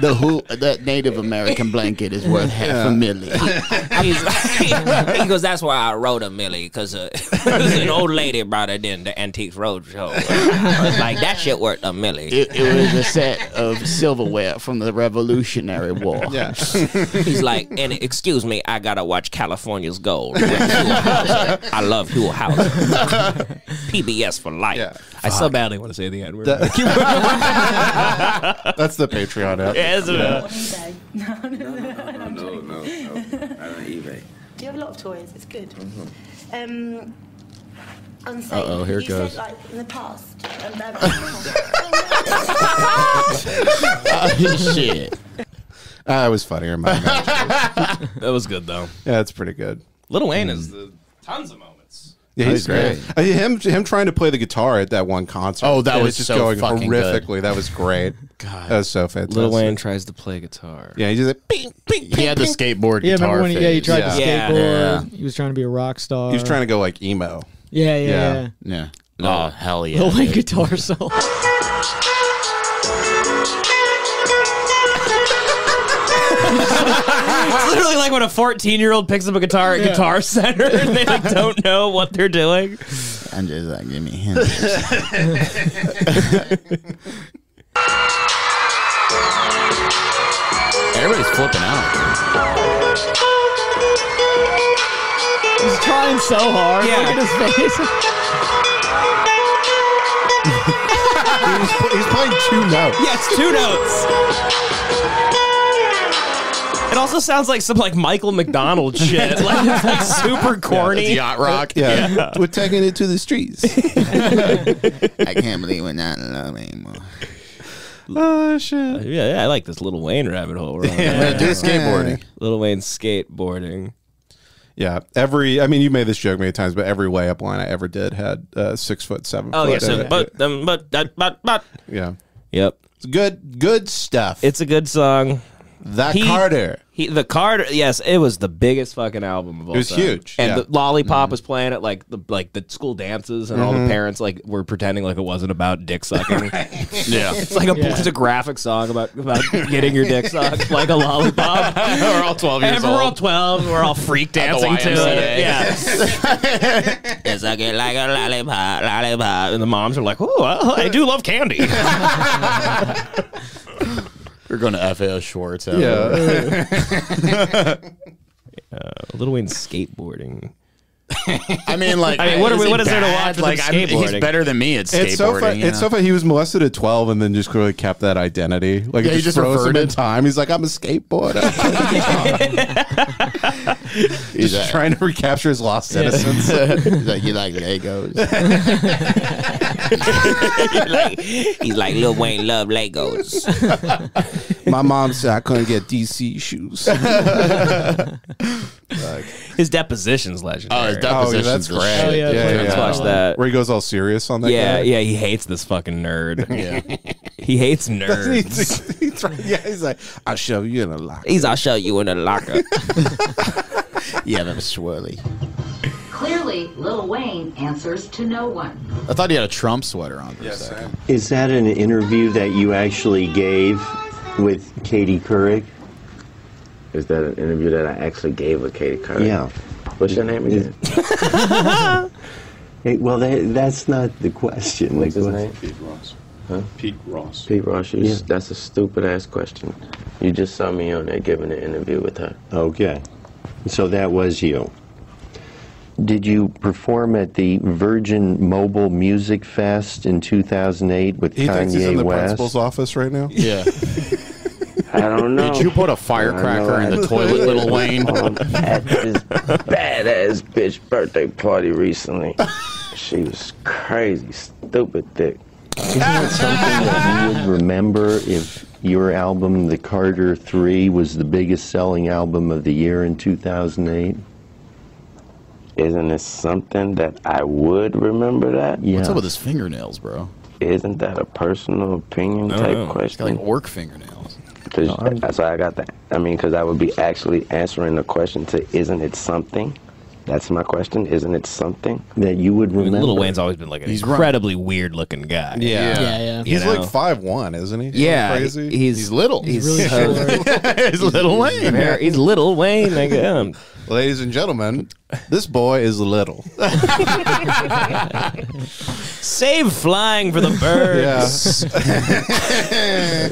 Speaker 4: The who that Native American blanket is worth half a million.
Speaker 1: He's like, he goes, that's why I wrote a Millie because uh, there's an old lady brought it in the Antiques Roadshow. like that shit worth a Millie.
Speaker 4: It, it was a set of silverware from the Revolutionary War.
Speaker 2: Yeah.
Speaker 1: He's like, and excuse me, I gotta watch California's Gold. with Hugh Hauser. I love Hugh Hauser. PBS for life.
Speaker 2: Yeah.
Speaker 1: I so badly want to say the N word.
Speaker 2: That's the Patreon app.
Speaker 9: eBay. No, no, no.
Speaker 10: No, no, no. I don't eBay.
Speaker 9: You have a lot of toys. It's good. Um, on sale.
Speaker 4: Mm-hmm. Uh-oh, here it
Speaker 9: you
Speaker 4: goes.
Speaker 9: Said, like in the past. um, that-
Speaker 4: Shit.
Speaker 2: Ah, it was funnier in my imagination.
Speaker 1: That was good though.
Speaker 2: Yeah, it's pretty good. Mm.
Speaker 1: Little Wayne
Speaker 4: Mm.
Speaker 1: has the tons of moments.
Speaker 2: Yeah, he's,
Speaker 4: he's
Speaker 2: great.
Speaker 4: great.
Speaker 2: I mean, him him trying to play the guitar at that one concert.
Speaker 4: Oh, that
Speaker 2: and
Speaker 4: was
Speaker 2: it just
Speaker 4: so
Speaker 2: going
Speaker 4: fucking good.
Speaker 2: horrifically. That was great. God, that was so fantastic.
Speaker 1: Little Wayne tries to play guitar.
Speaker 2: Yeah, he's just like, "Bing."
Speaker 4: He had the skateboard
Speaker 5: Yeah,
Speaker 4: guitar
Speaker 5: remember when he, yeah, he
Speaker 4: phase.
Speaker 5: tried
Speaker 2: Yeah.
Speaker 5: to
Speaker 1: Yeah.
Speaker 5: skateboard. He was trying to be a rock star.
Speaker 2: he was trying to go like emo.
Speaker 5: Yeah, yeah,
Speaker 2: Yeah.
Speaker 5: yeah.
Speaker 4: Yeah. Oh hell yeah!
Speaker 5: The way guitar solo.
Speaker 1: It's literally like when a 14 year old picks up a guitar at Guitar Center and they like don't know what they're doing.
Speaker 4: I'm just like, give me hints. Everybody's flipping out.
Speaker 5: He's trying so hard.
Speaker 1: Yeah.
Speaker 5: Look at his face.
Speaker 2: He's, he's playing two notes.
Speaker 1: Yes, two notes. It also sounds like some like Michael McDonald shit. Like it's like super corny.
Speaker 4: Yacht rock.
Speaker 2: Yeah. we're taking it to the streets.
Speaker 4: I can't believe we're not in love anymore.
Speaker 2: oh shit!
Speaker 1: Yeah, yeah, I like this Little Wayne rabbit hole. We're on.
Speaker 4: do skateboarding.
Speaker 1: Little Wayne skateboarding.
Speaker 2: Yeah, every I mean, you made this joke many times, but every way up line I ever did had uh, six foot seven.
Speaker 1: Oh
Speaker 2: foot
Speaker 1: yeah, so
Speaker 2: in it.
Speaker 1: but um, but that but but.
Speaker 2: yeah,
Speaker 1: Yep,
Speaker 2: it's good good stuff.
Speaker 1: it's a good song.
Speaker 2: that
Speaker 1: he-
Speaker 2: Carter.
Speaker 1: He, the Carter, yes, it was the biggest fucking album of all.
Speaker 2: was
Speaker 1: time.
Speaker 2: huge,
Speaker 1: and
Speaker 2: yeah. Mm-hmm.
Speaker 1: the lollipop was playing at like the like the school dances, and all the parents like were pretending like it wasn't about dick sucking.
Speaker 4: Yeah.
Speaker 1: It's like a it's a graphic song about about getting your dick sucked like a lollipop.
Speaker 4: we're all 12
Speaker 1: and we're all twelve, we're all freak dancing to it.
Speaker 4: YMCA.
Speaker 1: Yeah, it's like it like a lollipop, lollipop, and the moms are like, "Oh, well, I do love candy."
Speaker 4: We're going to FAO Schwartz. out.
Speaker 2: Yeah,
Speaker 1: Little Wayne skateboarding.
Speaker 4: I mean, like,
Speaker 1: I mean, what are we-
Speaker 4: he
Speaker 1: what is there to
Speaker 4: bad?
Speaker 1: watch with
Speaker 4: Like,
Speaker 1: him
Speaker 4: I'm- he's
Speaker 1: skateboarding?
Speaker 4: better than me at skateboarding.
Speaker 2: it's so fun.
Speaker 4: you
Speaker 2: It's
Speaker 4: know?
Speaker 2: so fun. He was molested at twelve, and then just clearly kept that identity. Like
Speaker 4: Yeah,
Speaker 2: it
Speaker 4: he
Speaker 2: just,
Speaker 4: just
Speaker 2: froze him in
Speaker 4: reverted.
Speaker 2: time. He's like, I'm a skateboarder.
Speaker 4: He's
Speaker 2: just
Speaker 4: a-
Speaker 2: trying to recapture his lost innocence.
Speaker 4: He's like, you like Legos?
Speaker 1: He's like, "Lil Wayne love Legos."
Speaker 2: My mom said I couldn't get DC shoes.
Speaker 1: His deposition's legendary.
Speaker 4: Oh, his deposition's
Speaker 2: that's
Speaker 4: the
Speaker 2: great.
Speaker 4: shit.
Speaker 5: Oh, yeah, that's
Speaker 1: Let's
Speaker 5: Yeah.
Speaker 1: watch that.
Speaker 2: Where he goes all serious on that.
Speaker 1: Yeah,
Speaker 2: guy.
Speaker 1: yeah, he hates this fucking nerd. He hates nerds.
Speaker 2: He's, he's right- yeah, he's like, I'll shove you in a lock.
Speaker 1: He's I'll show you in a locker.
Speaker 4: Yeah, that was swirly.
Speaker 11: Clearly, Lil Wayne answers to no one.
Speaker 4: I thought he had a Trump sweater on for a second.
Speaker 12: Is that an interview that you actually gave with Katie Couric?
Speaker 10: Is that an interview that I actually gave with Katie Curry?
Speaker 12: Yeah.
Speaker 10: What's your name again?
Speaker 12: Hey, well, that, that's not the question. The
Speaker 10: What's his
Speaker 12: question-
Speaker 10: name? Pete Ross. Huh? Pete Ross. Pete Ross. You s- That's a stupid ass question. You just saw me on there giving an interview with her.
Speaker 12: Okay. So that was you. Did you perform at the Virgin Mobile Music Fest in 2008 with
Speaker 2: He thinks he's in
Speaker 12: Kanye
Speaker 2: the
Speaker 12: West?
Speaker 2: principal's office right now.
Speaker 4: Yeah.
Speaker 10: I don't know.
Speaker 4: Did you put a firecracker in the toilet, Little Wayne?
Speaker 10: um, at this badass bitch birthday party recently. She was crazy, stupid thick.
Speaker 12: Isn't it something that you would remember if your album, The Carter Three, was the biggest selling album of the year in 2008?
Speaker 10: Isn't it something that I would remember that?
Speaker 12: Yeah.
Speaker 4: What's up with his fingernails, bro?
Speaker 10: Isn't that a personal opinion type
Speaker 4: He's got like
Speaker 10: question?
Speaker 4: orc fingernails.
Speaker 10: Cause that's why I got that. I mean, because I would be actually answering the question to, isn't it something? That's my question. Isn't it something
Speaker 12: that you would
Speaker 10: remember?
Speaker 1: Little Wayne's always been like an
Speaker 10: He's right.
Speaker 1: incredibly weird looking guy.
Speaker 10: Yeah. Yeah, yeah.
Speaker 1: You
Speaker 2: He's like
Speaker 1: know?
Speaker 2: five one, isn't he?
Speaker 1: Yeah,
Speaker 2: crazy.
Speaker 1: he- he's, little. He's,
Speaker 2: he's
Speaker 1: Little Wayne. very- he's Little Wayne. Again.
Speaker 2: Ladies and gentlemen, this boy is little.
Speaker 1: Save flying for the birds.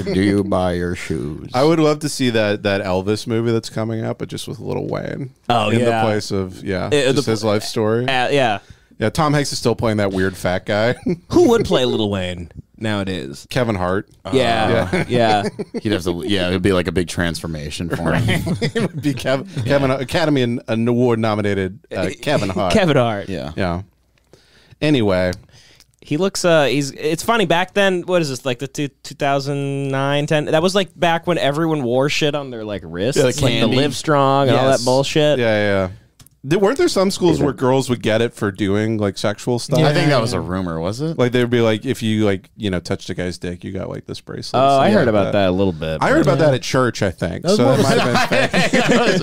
Speaker 2: Do you buy your shoes? I would love to see that that Elvis movie that's coming out, but just with Little Wayne.
Speaker 1: Oh,
Speaker 2: in
Speaker 1: yeah.
Speaker 2: the place of yeah,
Speaker 1: Uh,
Speaker 2: just
Speaker 1: the-
Speaker 2: his life story.
Speaker 1: Uh, yeah,
Speaker 2: yeah. Tom Hanks is still playing that weird fat guy.
Speaker 1: Who would play Little Wayne nowadays?
Speaker 2: Kevin Hart.
Speaker 1: Yeah, yeah.
Speaker 4: Uh, He'd have to. Yeah, it'd be like a big transformation for him.
Speaker 2: it would be Kevin, Kevin uh, Academy an award nominated uh, Kevin Hart.
Speaker 1: Kevin Hart.
Speaker 2: Yeah. Yeah. Anyway,
Speaker 1: he looks. Uh, he's. It's funny. Back then, what is this? Like the two, 2009, 10? That was like back when everyone wore shit on their like wrists,
Speaker 2: Yeah,
Speaker 1: like,
Speaker 2: like
Speaker 1: the
Speaker 2: candy.
Speaker 1: Live Strong and all
Speaker 2: Yes.
Speaker 1: that bullshit.
Speaker 2: Yeah, yeah. There, weren't there some schools where girls would get it for doing like sexual stuff?
Speaker 4: I think that was a rumor, was it?
Speaker 2: Like they'd be like, if you like, you know, touched a guy's dick, you got like this bracelet.
Speaker 1: Oh, I
Speaker 2: Something
Speaker 1: heard
Speaker 2: like
Speaker 1: about that a little bit,
Speaker 2: I heard
Speaker 1: but-
Speaker 2: about that at church, I think.
Speaker 1: That was
Speaker 2: so
Speaker 1: more
Speaker 2: that
Speaker 1: of a-
Speaker 2: might have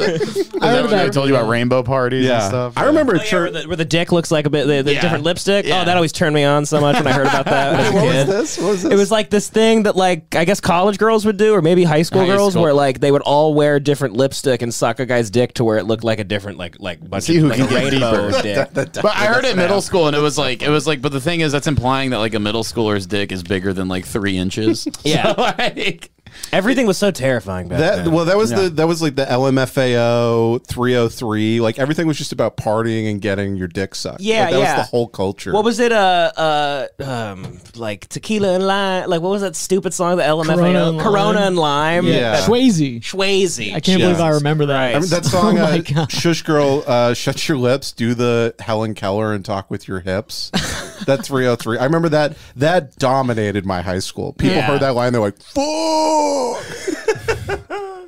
Speaker 2: been.
Speaker 4: I, I told you about rainbow parties
Speaker 2: Yeah.
Speaker 4: and stuff.
Speaker 2: I remember
Speaker 1: Oh, yeah, where, the, where the dick looks like a bit the, the
Speaker 4: Yeah.
Speaker 1: different lipstick. Oh, that always turned me on so much when I heard about that. as a
Speaker 2: What was
Speaker 1: kid.
Speaker 2: this? What was
Speaker 1: It was like this thing that like I guess college girls would do, or maybe high school
Speaker 4: High
Speaker 1: girls,
Speaker 4: school.
Speaker 1: where like they would all wear different lipstick and suck a guy's dick to where it looked like a different like like bunch
Speaker 4: See
Speaker 1: of
Speaker 4: who
Speaker 1: like
Speaker 4: can
Speaker 1: a
Speaker 4: get
Speaker 1: rainbow
Speaker 4: deeper.
Speaker 1: dick.
Speaker 4: but I heard it in middle school, and it was like it was like. But the thing is, that's implying that like a middle schooler's dick is bigger than like three inches.
Speaker 1: Yeah, everything was so terrifying back
Speaker 2: That
Speaker 1: then.
Speaker 2: well, that was the that was like the LMFAO 303. Like everything was just about partying and getting your dick sucked.
Speaker 1: Yeah,
Speaker 2: Like, that
Speaker 1: yeah.
Speaker 2: was the whole culture.
Speaker 1: What was it? Uh, uh, um, like tequila and lime. Like what was that stupid song? The LMFAO
Speaker 5: Corona
Speaker 1: Corona
Speaker 5: and
Speaker 1: and,
Speaker 5: Lime.
Speaker 1: lime.
Speaker 2: Yeah.
Speaker 5: Swayze.
Speaker 1: Swayze.
Speaker 5: I can't believe I remember that. Oh
Speaker 2: I mean, that song, uh, Shush Girl, uh, Shut Your Lips, Do the Helen Keller and Talk with Your Hips. that 303. I remember that. That dominated my high school. People
Speaker 1: Yeah.
Speaker 2: heard that line, they're like, fuck.
Speaker 1: Oh,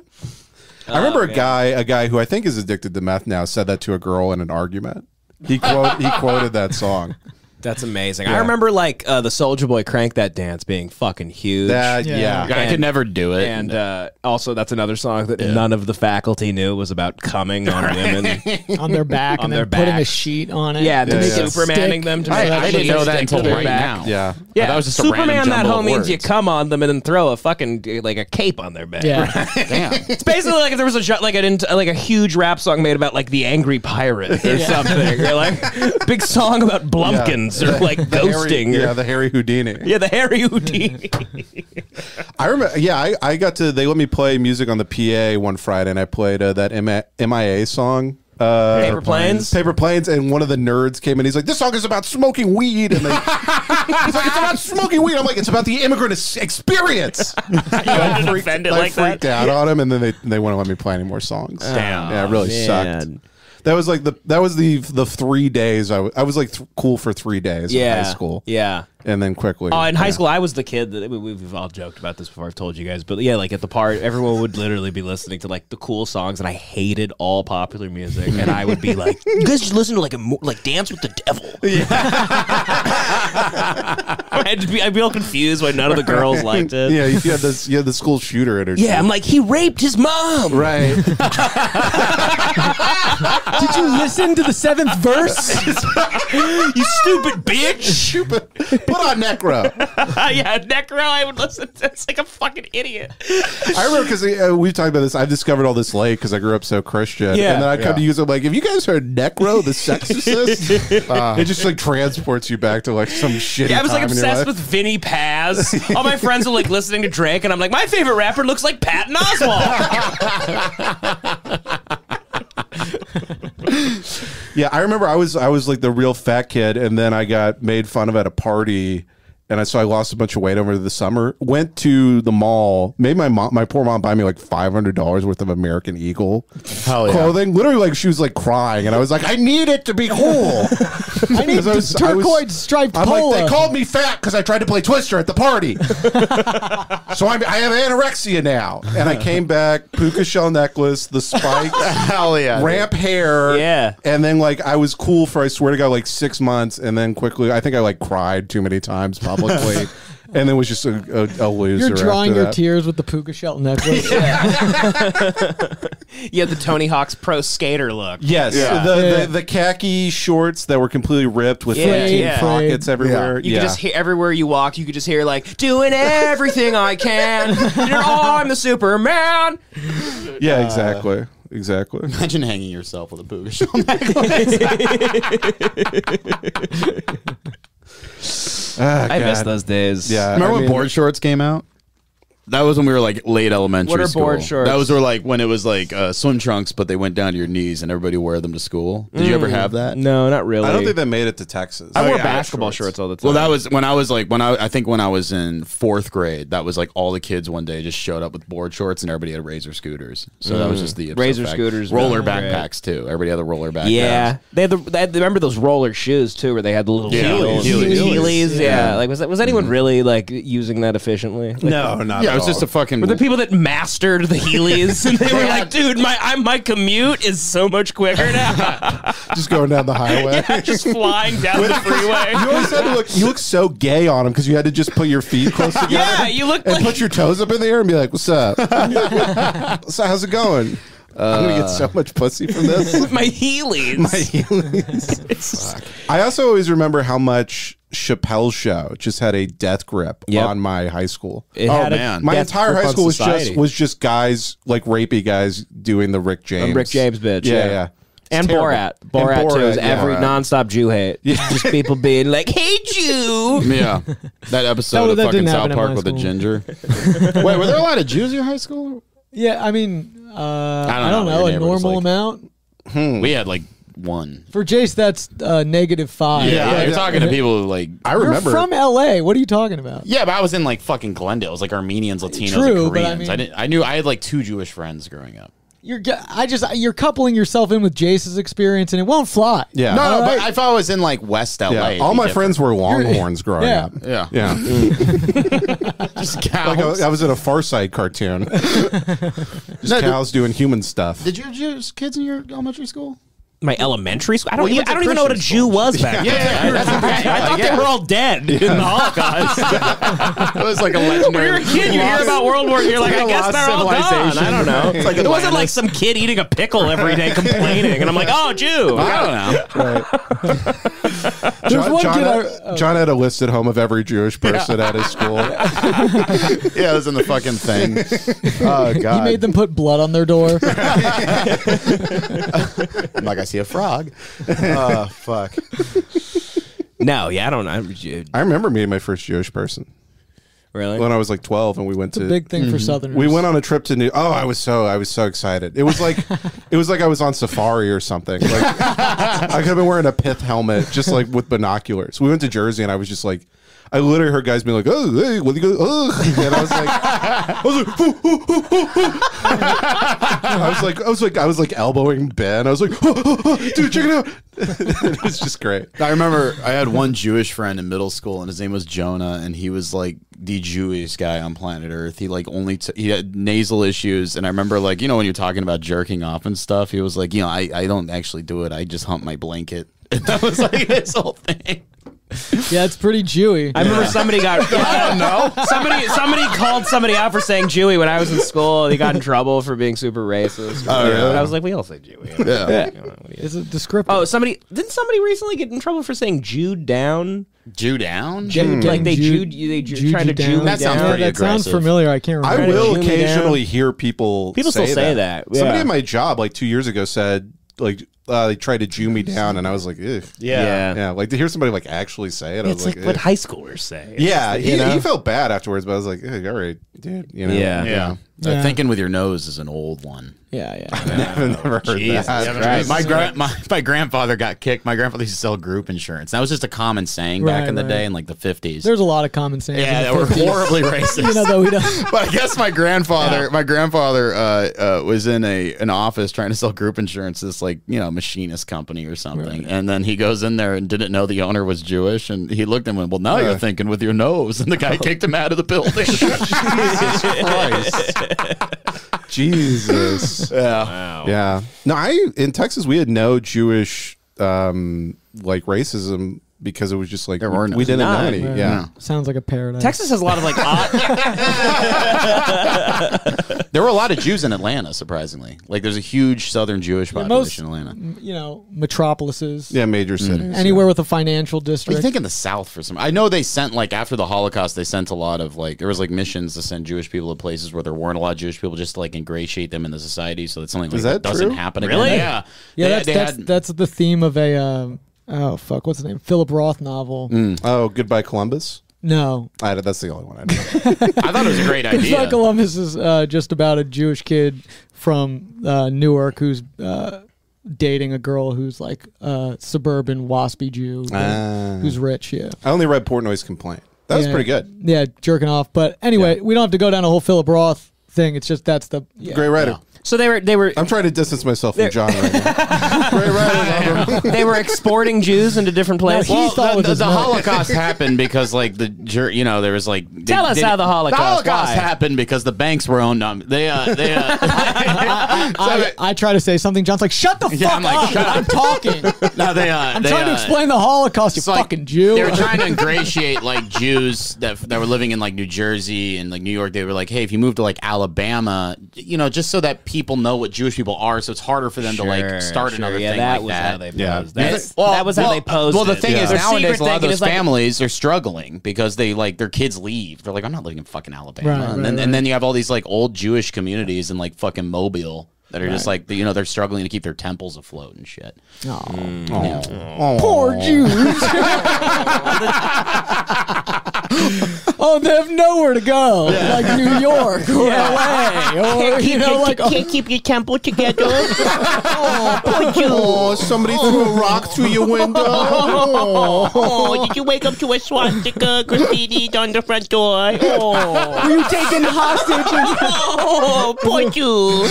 Speaker 2: I remember a guy, a guy who I think is addicted to meth now, said that to a girl in an argument. He quote, he quoted that song.
Speaker 1: That's amazing.
Speaker 2: Yeah.
Speaker 1: I remember like uh, the Soldier Boy crank that dance being fucking huge.
Speaker 2: That- Yeah. yeah.
Speaker 4: I could never do it.
Speaker 1: And uh, also, that's another song that none of the faculty knew was about coming on women.
Speaker 5: on their back
Speaker 1: On
Speaker 5: and
Speaker 1: their
Speaker 5: then putting a
Speaker 1: back.
Speaker 5: sheet on it.
Speaker 1: Yeah, and then
Speaker 5: to
Speaker 1: they
Speaker 5: make it
Speaker 1: Supermaning
Speaker 5: stick.
Speaker 1: them to
Speaker 5: Oh,
Speaker 1: make
Speaker 5: yeah,
Speaker 1: that
Speaker 5: I didn't
Speaker 1: shit
Speaker 5: know that
Speaker 1: stick
Speaker 5: until
Speaker 1: to their
Speaker 5: right
Speaker 1: back.
Speaker 4: now.
Speaker 2: Yeah.
Speaker 1: Yeah,
Speaker 4: that was just a
Speaker 1: Superman.
Speaker 4: random
Speaker 1: that
Speaker 4: jumble
Speaker 1: hoe
Speaker 4: of
Speaker 1: means you
Speaker 4: words.
Speaker 1: come on them and then throw a fucking like a cape on their back.
Speaker 5: Yeah.
Speaker 1: it's basically like if there was a jo- like an int- like a huge rap song made about like the angry pirate or something, or like big song about Blumpkins or like
Speaker 2: The Harry-
Speaker 1: ghosting.
Speaker 2: yeah,
Speaker 1: or,
Speaker 2: the Harry Houdini.
Speaker 1: yeah, the Harry Houdini.
Speaker 2: I remember. Yeah, I, I got to. They let me play music on the PA one Friday, and I played uh, that M- MIA song. Uh,
Speaker 1: Paper Planes?
Speaker 2: Paper Planes, and one of the nerds came in. He's like, "This song is about smoking weed," and they, he's like, "It's about smoking weed." I'm like, "It's about the immigrant ex- experience."
Speaker 1: I defend it
Speaker 2: I
Speaker 1: like
Speaker 2: freaked
Speaker 1: that.
Speaker 2: out on him, and then they they wouldn't let me play any more songs.
Speaker 1: Damn.
Speaker 2: yeah, it really sucked.
Speaker 1: Man.
Speaker 2: That was like the that was the the three days I w- I was like th- cool for three days in
Speaker 1: Yeah,
Speaker 2: high school
Speaker 1: yeah.
Speaker 2: and then quickly
Speaker 1: Oh, in high
Speaker 2: yeah.
Speaker 1: school, I was the kid that we, we've all joked about this before. I've told you guys, but yeah, like at the party, everyone would literally be listening to like the cool songs, and I hated all popular music, and I would be like, "You guys just listen to like a mo- like Dance with the Devil." I'd be I'd be all confused why none of the girls liked it.
Speaker 2: Yeah, you had this you had the school shooter energy.
Speaker 1: Yeah, I'm like he raped his mom.
Speaker 2: Right.
Speaker 5: Did you listen to the seventh verse?
Speaker 1: you stupid bitch.
Speaker 2: Stupid. Put on Necro.
Speaker 1: yeah, Necro. I would listen to. It's like a fucking idiot.
Speaker 2: I remember because uh, we've talked about this. I've discovered all this late because I grew up so Christian.
Speaker 1: Yeah.
Speaker 2: And then I come
Speaker 1: Yeah.
Speaker 2: to use it I'm like, have you guys heard Necro, the sexist? it just like transports you back to like some shitty
Speaker 1: Yeah, I was like
Speaker 2: time in your
Speaker 1: obsessed
Speaker 2: life.
Speaker 1: with Vinny Paz. All my friends were like listening to Drake, and I'm like, my favorite rapper looks like Patton Oswalt.
Speaker 2: Yeah, I remember I was I was like the real fat kid, and then I got made fun of at a party, and I so I lost a bunch of weight over the summer. Went to the mall, made my mom, my poor mom, buy me like five hundred dollars worth of American Eagle
Speaker 4: yeah.
Speaker 2: clothing. Literally, like she was like crying, and I was like, I need it to be cool.
Speaker 5: I need
Speaker 2: 'Cause I was-
Speaker 5: the
Speaker 2: I was-
Speaker 5: turquoise striped
Speaker 2: I'm
Speaker 5: polo.
Speaker 2: like, they called me fat because I tried to play Twister at the party. so I'm, I have anorexia now. And I came back, puka shell necklace, the spikes,
Speaker 4: Hell yeah, dude.
Speaker 2: ramp hair.
Speaker 1: Yeah.
Speaker 2: And then, like, I was cool for, I swear to God, like six months. And then quickly, I think I, like, cried too many times publicly. and then was just a, a, a loser.
Speaker 5: You're drawing
Speaker 2: after
Speaker 5: your
Speaker 2: that.
Speaker 5: tears with the puka shell necklace.
Speaker 13: you have the Tony Hawk's pro skater look.
Speaker 2: Yes, The, The, the khaki shorts that were completely ripped with
Speaker 13: Yeah,
Speaker 2: like deep
Speaker 13: yeah.
Speaker 2: pockets everywhere.
Speaker 13: You
Speaker 2: yeah.
Speaker 13: could just hear everywhere you walk. You could just hear like doing everything I can. You know, oh, I'm the Superman.
Speaker 2: yeah, exactly, exactly.
Speaker 4: uh, Imagine hanging yourself with a puka shell
Speaker 2: Ah,
Speaker 13: I miss those days.
Speaker 4: Yeah. Remember
Speaker 13: I
Speaker 4: when
Speaker 13: mean-
Speaker 4: board shorts came out? That was when we were like late elementary
Speaker 13: What are
Speaker 4: school.
Speaker 13: board shorts?
Speaker 4: That was where like when it was like uh, swim trunks, but they went down to your knees, and everybody wore them to school. Did you ever
Speaker 1: Mm.
Speaker 4: have that?
Speaker 1: No, not really.
Speaker 2: I don't think that made it to Texas. Oh,
Speaker 1: I wore basketball shorts. all the
Speaker 4: Well,
Speaker 1: time.
Speaker 4: that was when I was like when I I think when I was in fourth grade. That was like all the kids one day just showed up with board shorts, and everybody had razor scooters. So that was
Speaker 1: Mm.
Speaker 4: just the
Speaker 1: Razor
Speaker 4: fact.
Speaker 1: scooters,
Speaker 4: roller
Speaker 1: really great.
Speaker 4: backpacks too. Everybody had the roller backpacks.
Speaker 1: yeah, they had the. They had, remember those roller shoes too, where they had the little
Speaker 4: Yeah.
Speaker 1: heels,
Speaker 4: Heelys.
Speaker 1: Heelys,
Speaker 4: Heelys,
Speaker 1: Yeah.
Speaker 4: yeah.
Speaker 1: like was that, was anyone really like using that efficiently? Like-
Speaker 4: No, not Yeah, at it was all. just a fucking-
Speaker 13: Were the people that mastered the Heelys and they were like, dude, my I, my commute is so much quicker now.
Speaker 2: just going down the highway.
Speaker 13: I'm just flying down the freeway.
Speaker 2: You always had to look. You look so gay on them because you had to just put your feet close together.
Speaker 13: Yeah, you look
Speaker 2: and
Speaker 13: like-
Speaker 2: put your toes up in the air and be like, "What's up? so how's it going? I'm gonna
Speaker 4: Uh,
Speaker 2: get so much pussy from this."
Speaker 13: my Heelys.
Speaker 2: My Heelys. I also always remember how much Chappelle's show just had a death grip on my high school.
Speaker 4: It Oh, had a man.
Speaker 2: my
Speaker 4: death
Speaker 2: entire
Speaker 4: grip
Speaker 2: high
Speaker 4: on
Speaker 2: school was just
Speaker 4: society.
Speaker 2: was just guys like rapey guys doing the Rick James,
Speaker 1: Rick James bitch,
Speaker 2: Yeah,
Speaker 1: yeah.
Speaker 2: yeah. It's
Speaker 1: And
Speaker 2: terrible.
Speaker 1: Borat.
Speaker 2: And
Speaker 1: Borat, too. Is
Speaker 2: Borat,
Speaker 1: every
Speaker 2: yeah.
Speaker 1: nonstop Jew hate. Just people being like, "Hey, Jew."
Speaker 4: Yeah, that episode
Speaker 5: That-
Speaker 4: of
Speaker 5: that
Speaker 4: fucking
Speaker 5: didn't
Speaker 4: South
Speaker 5: happen at
Speaker 4: Park
Speaker 5: my
Speaker 4: with a
Speaker 5: school.
Speaker 4: ginger. Wait, were there a lot of Jews in your high school?
Speaker 5: yeah, I mean, uh, I don't,
Speaker 4: what
Speaker 5: know,
Speaker 4: your
Speaker 5: a
Speaker 4: neighbor was
Speaker 5: normal
Speaker 4: like. "Hmm."
Speaker 5: amount
Speaker 4: We had like one.
Speaker 5: for Jace. That's uh, negative five.
Speaker 4: yeah, you're talking to people who like I
Speaker 5: You're from L.A. What are you talking about?
Speaker 4: Yeah, but I was in like fucking Glendale. It was like Armenians, Latinos,
Speaker 5: True,
Speaker 4: and
Speaker 5: but I
Speaker 4: Koreans. I,
Speaker 5: mean-
Speaker 4: didn't. I knew I had like two Jewish friends growing up.
Speaker 5: You're, ge- I just you're coupling yourself in with Jace's experience, and it won't fly.
Speaker 4: no,
Speaker 5: All
Speaker 4: no.
Speaker 5: right?
Speaker 4: But if I was in like West LA,
Speaker 2: Yeah,
Speaker 4: it'd
Speaker 2: all
Speaker 4: be
Speaker 2: my
Speaker 4: different.
Speaker 2: friends were Longhorns growing
Speaker 4: Yeah.
Speaker 2: up.
Speaker 4: Yeah.
Speaker 2: yeah.
Speaker 4: Just
Speaker 2: Like
Speaker 4: cows.
Speaker 2: I, I was in a Far Side cartoon. Just
Speaker 4: No,
Speaker 2: cows doing human stuff.
Speaker 4: Did your Jewish kids in your elementary school?
Speaker 1: My elementary school. I don't.
Speaker 4: Well, you
Speaker 1: even,
Speaker 4: went to
Speaker 1: I don't even know what a
Speaker 4: Christian
Speaker 1: Jew was back
Speaker 4: Yeah,
Speaker 1: then.
Speaker 4: that's a Christian-
Speaker 1: I thought
Speaker 4: yeah.
Speaker 1: they were all dead in the Holocaust.
Speaker 4: It was like a legendary.
Speaker 1: When you're a kid, you hear about World War. II, You're like, I guess they're all done. I don't know.
Speaker 4: It's like a
Speaker 1: it wasn't like
Speaker 4: lioness.
Speaker 1: some kid eating a pickle every day complaining, and I'm like, oh, Jew.
Speaker 4: I don't know.
Speaker 2: John,
Speaker 5: one
Speaker 2: John
Speaker 5: kid
Speaker 2: had,
Speaker 5: I- oh.
Speaker 2: John had a list at home of every Jewish person at his school.
Speaker 4: yeah, it was in the fucking thing. Oh
Speaker 5: He
Speaker 4: god!
Speaker 5: made them put blood on their door.
Speaker 4: like I see a frog. Oh
Speaker 2: Ah,
Speaker 4: fuck!
Speaker 1: No, yeah, I don't know. I'm Jew.
Speaker 2: I remember meeting my first Jewish person.
Speaker 1: Really? Mm-hmm.
Speaker 2: When I was like twelve, and we went
Speaker 5: It's a
Speaker 2: to
Speaker 5: big thing for Southerners.
Speaker 2: We went on a trip to New. Oh, I was so I was so excited. It was like it was like I was on safari or something. Like, I could have been wearing a pith helmet, just like with binoculars. We went to Jersey, and I was just like, I literally heard guys being like, "Oh, hey, what do you go?" Oh, and I was like, I was like, "Hoo, hoo, hoo, hoo, hoo." I was like, I was like, I was like elbowing Ben. I was like, "Oh, oh, oh, dude, check it out. it was just great.
Speaker 4: I remember I had one Jewish friend in middle school, and his name was Jonah, and he was like the Jewish guy on planet Earth. He like only t- he had nasal issues, and I remember like you know when you're talking about jerking off and stuff, he was like, you know, I, I don't actually do it. I just hump my blanket. that was like his whole thing.
Speaker 5: yeah, it's pretty Jewy.
Speaker 1: I remember somebody got. I
Speaker 4: don't know.
Speaker 1: Somebody, somebody called somebody out for saying Jewy when I was in school. and He got in trouble for being super racist.
Speaker 4: Oh, really?
Speaker 1: And I was like, we all say Jewy.
Speaker 4: Yeah.
Speaker 5: Is it descriptive?
Speaker 1: Oh, somebody didn't somebody recently get in trouble for saying Jude down?
Speaker 4: Jew down?
Speaker 1: Jew-
Speaker 5: Hmm.
Speaker 1: like they
Speaker 5: Jew-
Speaker 1: Jude, they Jew,
Speaker 5: Jew
Speaker 1: trying to
Speaker 5: you
Speaker 1: Jew
Speaker 5: down.
Speaker 1: me
Speaker 4: That sounds
Speaker 1: down.
Speaker 4: pretty
Speaker 5: that sounds
Speaker 4: aggressive.
Speaker 5: familiar. I can't remember.
Speaker 2: I will
Speaker 1: Shoot me down.
Speaker 2: occasionally hear people.
Speaker 1: People
Speaker 2: say
Speaker 1: still say that, yeah.
Speaker 2: Somebody at my job like two years ago said like uh, they tried to Jew me down, and I was like, Ugh.
Speaker 1: Yeah. Yeah.
Speaker 2: yeah. Like to hear somebody like actually say it, I
Speaker 1: It's
Speaker 2: was like,
Speaker 1: like, what
Speaker 2: "Ugh."
Speaker 1: high schoolers say. It's
Speaker 2: yeah.
Speaker 1: just,
Speaker 2: He,
Speaker 1: you know?
Speaker 2: he felt bad afterwards, but I was like, "Ugh, all right, dude. You know,
Speaker 1: Yeah.
Speaker 4: Yeah. Uh,
Speaker 5: Yeah.
Speaker 4: thinking with your nose is an old one.
Speaker 5: Yeah, yeah.
Speaker 2: I've never heard
Speaker 4: Jesus
Speaker 2: that.
Speaker 4: Christ. My, gra- my, my grandfather got kicked. My grandfather used to sell group insurance. That was just a common saying
Speaker 5: Right,
Speaker 4: back in the
Speaker 5: right.
Speaker 4: day in like the 50s.
Speaker 5: There's a lot of common sense.
Speaker 4: yeah,
Speaker 5: in
Speaker 4: that
Speaker 5: the
Speaker 4: were
Speaker 5: 50s.
Speaker 4: horribly racist.
Speaker 5: You know, though we don't.
Speaker 4: but I guess my grandfather, my grandfather uh, uh, was in a an office trying to sell group insurance, to this like you know machinist company or something, and then he goes in there and didn't know the owner was Jewish, and he looked at him and well, now you're thinking with your nose, and the
Speaker 2: Oh,
Speaker 4: guy kicked him out of the building.
Speaker 2: Jesus.
Speaker 4: yeah.
Speaker 2: Yeah. No, I in Texas we had no Jewish um like racism because it was just like
Speaker 4: There were
Speaker 2: we,
Speaker 4: no-
Speaker 2: we didn't know
Speaker 4: None.
Speaker 2: any.
Speaker 4: Yeah.
Speaker 2: yeah.
Speaker 5: Sounds like a paradise.
Speaker 1: Texas has a lot of like
Speaker 4: There were a lot of Jews in Atlanta, surprisingly. Like, there's a huge Southern Jewish
Speaker 5: The
Speaker 4: population
Speaker 5: most,
Speaker 4: in Atlanta. Mm-hmm.
Speaker 5: m- you know, metropolises.
Speaker 4: Yeah, major cities,
Speaker 5: Anywhere with a financial
Speaker 4: I
Speaker 5: district.
Speaker 4: think in the South for some. I know they sent like after the Holocaust, they sent a lot of like there was like missions to send Jewish people to places where there weren't a lot of Jewish people, just to, like ingratiate them in the society, so that something like
Speaker 2: Is
Speaker 4: that,
Speaker 2: that
Speaker 4: doesn't
Speaker 2: true?
Speaker 4: happen
Speaker 2: Really?
Speaker 4: again. Yeah, They-
Speaker 5: yeah, that's
Speaker 4: they
Speaker 5: that's,
Speaker 4: had-
Speaker 5: that's the theme of a um, oh fuck, what's the name? Philip Roth novel.
Speaker 2: Oh, goodbye Columbus.
Speaker 5: No,
Speaker 2: I, that's the only one I know.
Speaker 4: I thought it was a great
Speaker 5: Goodbye
Speaker 4: idea.
Speaker 5: Columbus is uh, just about a Jewish kid from uh, Newark who's uh, dating a girl who's like a suburban waspy Jew who-
Speaker 2: Ah.
Speaker 5: who's rich. Yeah.
Speaker 2: I only read Portnoy's complaint. That was
Speaker 5: Yeah.
Speaker 2: pretty good.
Speaker 5: Yeah, jerking off. But anyway, we don't have to go down a whole Philip Roth thing. It's just that's the yeah.
Speaker 2: Great writer.
Speaker 1: So they were they were.
Speaker 2: I'm trying to distance myself from John right now.
Speaker 1: they were exporting Jews into different places.
Speaker 4: Well, the, the- the Holocaust happened because, like, the jur- you know, there was like. they-
Speaker 1: Tell us
Speaker 4: they-
Speaker 1: how the Holocaust-
Speaker 4: The Holocaust
Speaker 1: why?
Speaker 4: happened because the banks were owned. Um, they, uh, they, uh,
Speaker 5: I, I try to say something. John's like, shut the
Speaker 4: Yeah,
Speaker 5: fuck
Speaker 4: I'm like,
Speaker 5: up.
Speaker 4: shut up.
Speaker 5: I'm talking.
Speaker 4: no, they, uh,
Speaker 5: I'm
Speaker 4: they,
Speaker 5: trying to
Speaker 4: uh,
Speaker 5: explain the Holocaust, you fucking Jew.
Speaker 4: They were trying to ingratiate like Jews that that were living in like New Jersey and like New York. They were like, "Hey, if you move to like Alabama, you know, just so that people know what Jewish people are, so it's harder for them to
Speaker 1: Sure,
Speaker 4: like start
Speaker 1: sure.
Speaker 4: another
Speaker 1: Yeah,
Speaker 4: thing."
Speaker 1: that
Speaker 4: like
Speaker 1: was
Speaker 4: that.
Speaker 1: how they Yeah. posed that. That's- that was how they posed
Speaker 4: Well, the
Speaker 1: it.
Speaker 4: thing
Speaker 1: Yeah.
Speaker 4: is,
Speaker 1: Their
Speaker 4: nowadays
Speaker 1: secret
Speaker 4: a lot of
Speaker 1: thing
Speaker 4: those
Speaker 1: is, like-
Speaker 4: families are struggling because they like their kids leave. They're like, "I'm not living in fucking Alabama,"
Speaker 1: Right,
Speaker 4: and,
Speaker 1: right,
Speaker 4: then,
Speaker 1: right.
Speaker 4: and then you have all these like old Jewish communities in like fucking Mobile. That are just
Speaker 1: Right.
Speaker 4: like you know they're struggling to keep their temples afloat and shit. Mm, yeah.
Speaker 5: Poor Jews. oh, they have nowhere to go. Like New York or LA. Or, you know, like, oh,
Speaker 1: keep your temple together. oh,
Speaker 2: Oh, somebody threw a rock through your window.
Speaker 1: Oh, did you wake up to a swastika graffitied on the front door? Oh,
Speaker 5: were you taken hostage?
Speaker 1: oh poor Jew.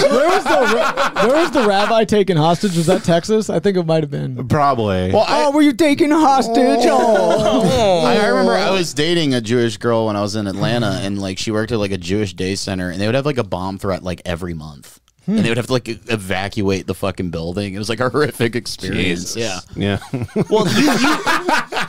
Speaker 5: Where was the ra- where was the rabbi taken hostage? Was that Texas? I think it might have been.
Speaker 2: Probably.
Speaker 5: Well, oh, were you taken hostage? Oh.
Speaker 4: I, I remember I was dating a Jewish girl when I was in Atlanta, and like she worked at like a Jewish day center, and they would have like a bomb threat like every month, and they would have to like e- evacuate the fucking building. It was like a horrific experience. Yeah,
Speaker 2: Yeah.
Speaker 1: Well, you, you,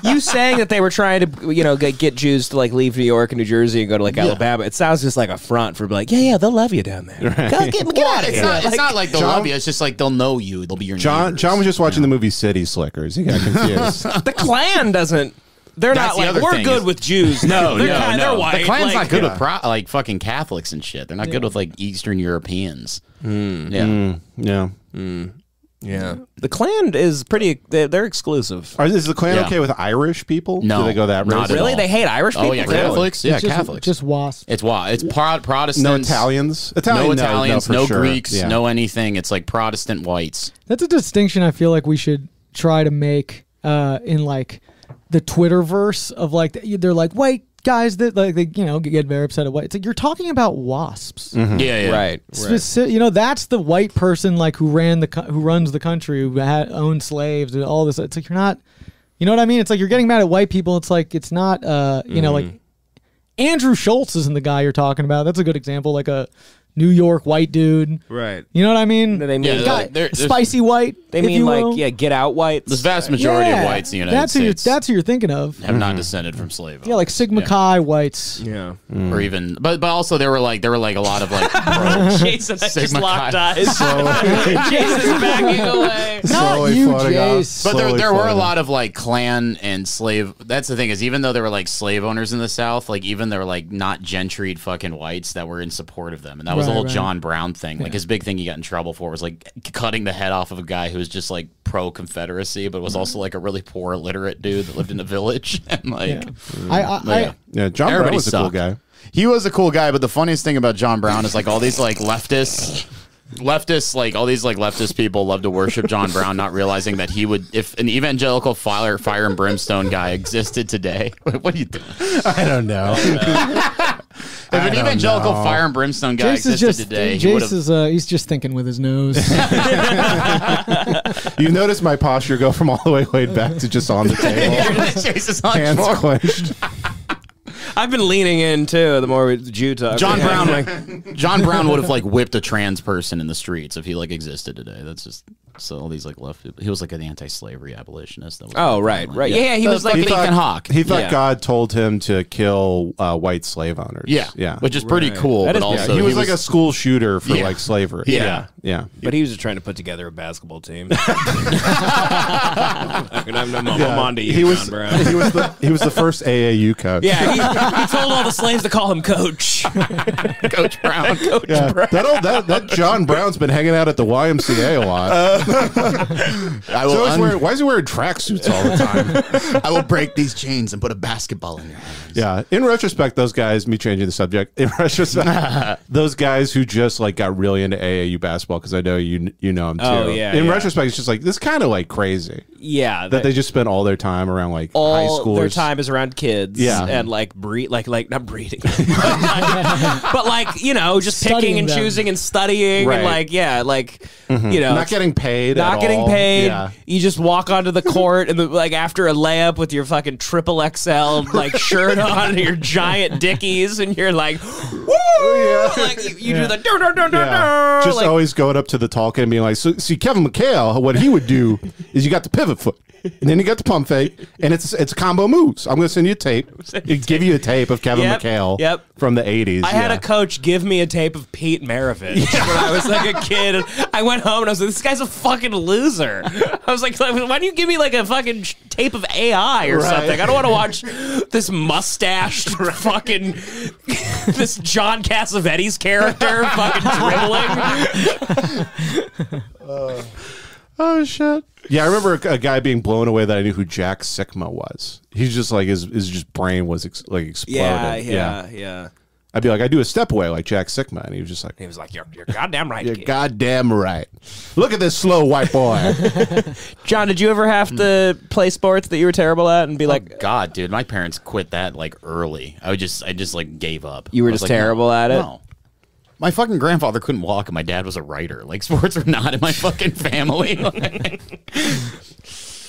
Speaker 1: you saying that they were trying to, you know, get, get Jews to like leave New York and New Jersey and go to like Alabama. It sounds just like a front for like, yeah, yeah, they'll love you down there. Go, get, get
Speaker 4: Well,
Speaker 1: out of
Speaker 4: it's
Speaker 1: here.
Speaker 4: not. It's not like they'll
Speaker 2: John-
Speaker 4: love you. It's just like they'll know you. They'll be your
Speaker 2: John
Speaker 4: neighbors.
Speaker 2: John was just watching the movie City Slickers. He got confused.
Speaker 1: the Klan doesn't. They're
Speaker 4: That's the
Speaker 1: not
Speaker 4: other
Speaker 1: like we're
Speaker 4: thing
Speaker 1: good
Speaker 4: is-
Speaker 1: with Jews.
Speaker 4: No,
Speaker 1: they're
Speaker 4: no,
Speaker 1: kind-
Speaker 4: no.
Speaker 1: They're white.
Speaker 4: The Klan's not
Speaker 1: like-
Speaker 4: good
Speaker 1: Yeah.
Speaker 4: with pro- like fucking Catholics and shit. They're not good with like Eastern Europeans. Yeah. Hmm.
Speaker 2: Mm, yeah.
Speaker 1: Yeah, the Klan is pretty. They're, they're exclusive.
Speaker 2: Are, is the Klan
Speaker 1: Yeah.
Speaker 2: okay with Irish people?
Speaker 4: No,
Speaker 2: Do they go that
Speaker 4: not
Speaker 2: route?
Speaker 4: at
Speaker 1: Really?
Speaker 4: all.
Speaker 1: They hate Irish
Speaker 4: Oh
Speaker 1: people,
Speaker 4: yeah,
Speaker 1: too?
Speaker 4: Catholics. Yeah,
Speaker 5: It's just-
Speaker 4: Catholics.
Speaker 5: Just wasp.
Speaker 4: It's why it's pro- Protestants.
Speaker 2: No Italians? Italian,
Speaker 4: no
Speaker 2: no,
Speaker 4: Italians,
Speaker 2: no,
Speaker 4: no,
Speaker 2: for sure.
Speaker 4: Greeks,
Speaker 2: Yeah.
Speaker 4: no anything. It's like Protestant whites.
Speaker 5: That's a distinction I feel like we should try to make uh, in like the Twitter verse of like they're like white guys that like they you know get very upset at white. It's like you're talking about wasps.
Speaker 4: Yeah, yeah.
Speaker 1: Right.
Speaker 5: Speci- you know that's the white person like who ran the co- who runs the country who had, owned slaves and all this. It's like you're not, you know what I mean? It's like you're getting mad at white people. It's like it's not, uh, you know,
Speaker 4: Mm-hmm.
Speaker 5: like Andrew Schultz isn't the guy you're talking about. That's a good example, like a New York white dude.
Speaker 1: Right.
Speaker 5: You know what I mean?
Speaker 1: They mean
Speaker 4: Yeah,
Speaker 5: Guy-
Speaker 4: like, they're- they're-
Speaker 5: spicy white.
Speaker 1: They
Speaker 5: if
Speaker 1: mean
Speaker 5: you
Speaker 1: like
Speaker 5: will.
Speaker 1: yeah, get out whites.
Speaker 4: The vast majority
Speaker 5: Yeah.
Speaker 4: of whites in the United
Speaker 5: that's who you're,
Speaker 4: States
Speaker 5: that's who you're thinking of.
Speaker 4: have not descended from slavery.
Speaker 5: Yeah, like Sigma Chi whites.
Speaker 1: Yeah.
Speaker 2: Mm.
Speaker 4: Or even, but but also there were like there were like a lot of like pro-
Speaker 1: Jason, I just
Speaker 4: Sigma
Speaker 1: locked
Speaker 4: Chi.
Speaker 1: eyes. Jason's backing away.
Speaker 5: Not
Speaker 2: Slowly
Speaker 5: you,
Speaker 2: floating up.
Speaker 5: Jace.
Speaker 4: But there,
Speaker 2: Slowly
Speaker 4: there were a
Speaker 2: floating.
Speaker 4: lot of like clan and slave. That's the thing is, even though there were like slave owners in the South, like even there were like not gentried fucking whites that were in support of them, and that was the
Speaker 5: Right,
Speaker 4: whole
Speaker 5: right.
Speaker 4: John Brown thing. Like his big thing he got in trouble for was like c- cutting the head off of a guy who was just like pro Confederacy, but
Speaker 5: Mm-hmm.
Speaker 4: was also like a really poor illiterate dude that lived in a village and like.
Speaker 5: I, I,
Speaker 4: But,
Speaker 5: I,
Speaker 2: Yeah, John Brown
Speaker 4: Everybody
Speaker 2: was a cool
Speaker 4: sucked.
Speaker 2: guy.
Speaker 4: He was a cool guy, but the funniest thing about John Brown is like all these like leftists leftists like all these like leftist people love to worship John Brown not realizing that he would if an evangelical fire fire and brimstone guy existed today. What are you doing?
Speaker 2: I don't know.
Speaker 4: If an
Speaker 2: don't
Speaker 4: evangelical
Speaker 2: know.
Speaker 4: fire and brimstone guy
Speaker 5: Jace is
Speaker 4: existed
Speaker 5: just
Speaker 4: today, he would
Speaker 5: Jace
Speaker 4: have
Speaker 5: is uh, he's just thinking with his nose.
Speaker 2: Um, You've noticed my posture go from all the way laid back to just on the table.
Speaker 4: Jace is on
Speaker 2: Hands
Speaker 4: John-
Speaker 2: clenched.
Speaker 1: I've been leaning in too. The more we Jew talk,
Speaker 4: John
Speaker 1: Yeah.
Speaker 4: Brown John Brown would have like whipped a trans person in the streets if he like existed today. That's just So all these like left, he was like an anti-slavery abolitionist. That was
Speaker 1: Oh, right, right. Yeah, he was like
Speaker 4: he
Speaker 1: an
Speaker 4: thought,
Speaker 1: Ethan Hawke.
Speaker 2: He thought
Speaker 4: Yeah.
Speaker 2: God told him to kill uh, white slave owners.
Speaker 4: Yeah.
Speaker 2: yeah,
Speaker 4: Which is pretty Right. cool, That but is- also
Speaker 2: he
Speaker 4: he
Speaker 2: was like
Speaker 4: was-
Speaker 2: a school shooter for
Speaker 4: Yeah.
Speaker 2: like slavery.
Speaker 4: Yeah.
Speaker 2: yeah.
Speaker 13: But he was just trying to put together a basketball team. and I'm, I'm, I'm
Speaker 2: Yeah.
Speaker 13: on to you,
Speaker 2: he was
Speaker 13: John Brown.
Speaker 2: he was the he was the first AAU coach.
Speaker 13: Yeah, he, he told all the slaves to call him Coach. Coach Brown. Coach
Speaker 2: Yeah.
Speaker 13: Brown.
Speaker 2: That, old, that that John Brown's been hanging out at the YMCA a lot.
Speaker 4: I
Speaker 2: He's
Speaker 4: will
Speaker 2: always
Speaker 4: un-
Speaker 2: wearing- why is he wearing tracksuits all the time?
Speaker 4: I will break these chains and put a basketball in your hand.
Speaker 2: yeah. In retrospect, those guys, me changing the subject. In retrospect, those guys who just like got really into AAU basketball because I know you you know them too.
Speaker 1: Oh, yeah,
Speaker 2: In
Speaker 1: yeah.
Speaker 2: retrospect, it's just like this kind of like crazy
Speaker 1: Yeah,
Speaker 2: that they just spend all their time around like
Speaker 1: all
Speaker 2: high schoolers.
Speaker 1: their time is around kids.
Speaker 2: Yeah.
Speaker 1: and like breed, like like not breeding, but like you know, just
Speaker 13: Studying
Speaker 1: picking and
Speaker 13: them.
Speaker 1: choosing and studying
Speaker 13: Right.
Speaker 1: and like yeah, like
Speaker 13: Mhm.
Speaker 1: you know,
Speaker 13: Not getting
Speaker 2: paid,
Speaker 1: not
Speaker 13: at
Speaker 1: getting
Speaker 13: all.
Speaker 1: paid.
Speaker 13: Yeah.
Speaker 1: You just walk onto the court and the, like after a layup with your fucking triple XL like shirt on and your giant dickies, and you're like, woo! Like you, you do the do do do do
Speaker 2: Yeah.
Speaker 1: do.
Speaker 2: Just
Speaker 1: like,
Speaker 2: always going up to the tall kid and being like, so, see, Kevin McHale, what he would do is you got the pivot foot, and then you got the pump fake, and it's it's combo moves. I'm going to send you a tape, It'd give you a tape of Kevin
Speaker 1: Yep,
Speaker 2: McHale
Speaker 1: yep.
Speaker 2: from the 80s.
Speaker 1: I had
Speaker 2: yeah.
Speaker 1: a coach give me a tape of Pete Maravich when I was like a kid. And I went home and I was like, "This guy's a fucking loser." I was like, "Why do you give me like a fucking sh- tape of AI or
Speaker 13: Right.
Speaker 1: something? I don't want to watch this mustached fucking this John Cassavetes character fucking dribbling."
Speaker 2: Oh shit! Yeah, I remember a, a guy being blown away that I knew who Jack Sikma was. He's just like his his just brain was ex, like exploded.
Speaker 1: Yeah, yeah, yeah.
Speaker 2: I'd be like, I do a step away like Jack Sikma, and he was just like,
Speaker 1: He was like, "You're you're goddamn right."
Speaker 2: "You're goddamn right. Look at this slow white boy."
Speaker 1: John, did you ever have to play sports that you were terrible at and be like,
Speaker 4: Oh, God, dude, my parents quit that like early. I would just, I just like gave up.
Speaker 1: You were
Speaker 4: I was
Speaker 1: just
Speaker 4: like,
Speaker 1: terrible
Speaker 4: no,
Speaker 1: at it?
Speaker 4: No. My fucking grandfather couldn't walk, and my dad was a writer. Like sports were not in my fucking family.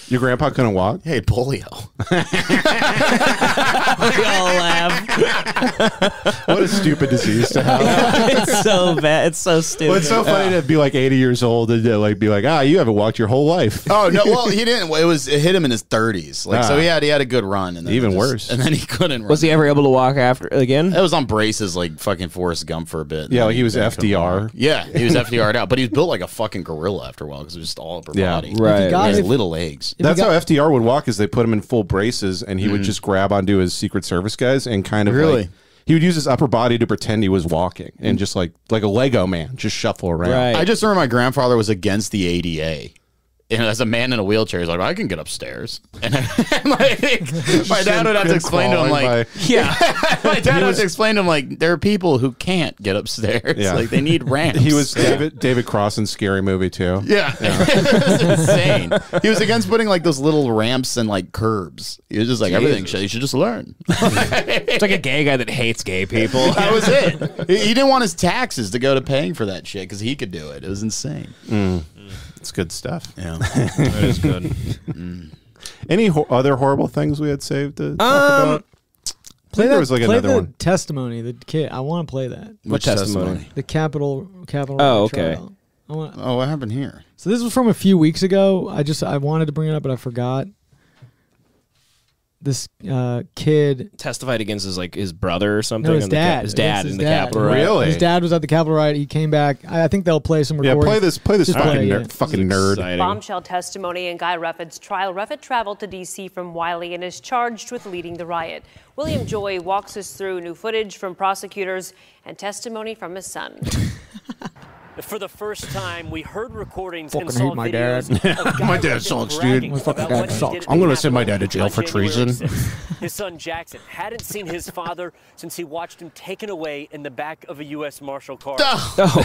Speaker 2: Your grandpa couldn't walk.
Speaker 4: Hey, polio.
Speaker 1: we all laugh.
Speaker 2: what a stupid disease to have.
Speaker 1: it's so bad. It's so stupid.
Speaker 2: Well, it's so funny to be like 80 years old and to like be like, ah, you haven't walked your whole life.
Speaker 4: Oh no! Well, he didn't. It was it hit him in his thirties. Like so,
Speaker 2: Ah.
Speaker 4: he had he had a good run, and then
Speaker 2: Even
Speaker 4: it just-
Speaker 2: worse.
Speaker 4: And then he couldn't.
Speaker 1: Was he ever able to walk after again?
Speaker 4: It was on braces, like fucking Forrest Gump for a bit. and
Speaker 2: Yeah,
Speaker 4: then
Speaker 2: like he was
Speaker 4: couldn't
Speaker 2: FDR.
Speaker 4: walk. Yeah, he was FDR'd out, but he was built like a fucking gorilla after a while because it was just all upper
Speaker 2: Yeah,
Speaker 4: body.
Speaker 2: right. If you got-
Speaker 4: He has
Speaker 2: if-
Speaker 4: little legs.
Speaker 2: That's how FDR would walk is they put him in full braces and he would
Speaker 4: Mhm.
Speaker 2: just grab onto his Secret Service guys and kind of
Speaker 4: Really?
Speaker 2: like- he would use his upper body to pretend he was walking and just like like a Lego man, just shuffle around.
Speaker 4: I just remember my grandfather was against the ADA. And as a man in a wheelchair, he's like, I can get upstairs. And my dad would have to explain to him, like, yeah. my dad would have to explain to him, like, there are people who can't get upstairs.
Speaker 2: Yeah.
Speaker 4: Like, they need ramps.
Speaker 2: He was
Speaker 4: Yeah.
Speaker 2: David David Cross in Scary Movie too.
Speaker 4: Yeah. it was insane. He was against putting like those little ramps and like curbs. He was just like, everything, should, you should just learn.
Speaker 1: it's like a gay guy that hates gay people.
Speaker 4: That was it. He, he didn't want his taxes to go to paying for that shit because he could do it. It was insane.
Speaker 2: Mm. It's good stuff.
Speaker 4: Yeah. Mm.
Speaker 2: that
Speaker 13: is good.
Speaker 2: Any ho- other horrible things we had saved to talk
Speaker 5: Um,
Speaker 2: about? I think there was like
Speaker 5: play
Speaker 2: another
Speaker 5: the
Speaker 2: one.
Speaker 5: Testimony, the kid. I want to play that.
Speaker 2: Which testimony? testimony?
Speaker 5: The capital, capital.
Speaker 1: Oh,
Speaker 5: Record
Speaker 1: okay.
Speaker 5: trial. I want.
Speaker 4: Oh, what happened here?
Speaker 5: So this was from a few weeks ago. I just I wanted to bring it up, but I forgot. This uh, kid,
Speaker 13: Testified against his like his brother or something.
Speaker 5: no, his
Speaker 13: in the ca-
Speaker 5: dad,
Speaker 13: his dad
Speaker 5: against his
Speaker 13: in the Capitol. riot.
Speaker 5: His dad was at the Capitol riot. He came back. I, I think they'll play some
Speaker 2: Yeah,
Speaker 5: recording.
Speaker 2: play this play this
Speaker 5: Just
Speaker 2: fucking
Speaker 5: play,
Speaker 2: ner-
Speaker 5: yeah.
Speaker 2: fucking nerd.
Speaker 14: Bombshell testimony in Guy Ruffin's trial. Ruffin traveled to D.C. from Wiley and is charged with leading the riot. William Joy walks us through new footage from prosecutors and testimony from his son.
Speaker 15: For the first time, we heard recordings
Speaker 2: Fucking
Speaker 15: and
Speaker 2: hate
Speaker 15: saw
Speaker 2: my
Speaker 15: videos
Speaker 2: dad.
Speaker 15: of Guy
Speaker 2: My dad
Speaker 15: Griffin
Speaker 2: sucks, dude.
Speaker 15: bragging
Speaker 2: My fucking
Speaker 15: about
Speaker 2: dad
Speaker 15: what he
Speaker 2: sucks.
Speaker 15: did at
Speaker 2: I'm gonna
Speaker 15: the
Speaker 2: send my
Speaker 15: Capitol
Speaker 2: dad to jail
Speaker 15: on
Speaker 2: for
Speaker 15: January
Speaker 2: treason.
Speaker 15: 6th. His son Jackson hadn't seen his father since he watched him taken away in the back of a U.S. Marshal car.
Speaker 13: Oh. Oh,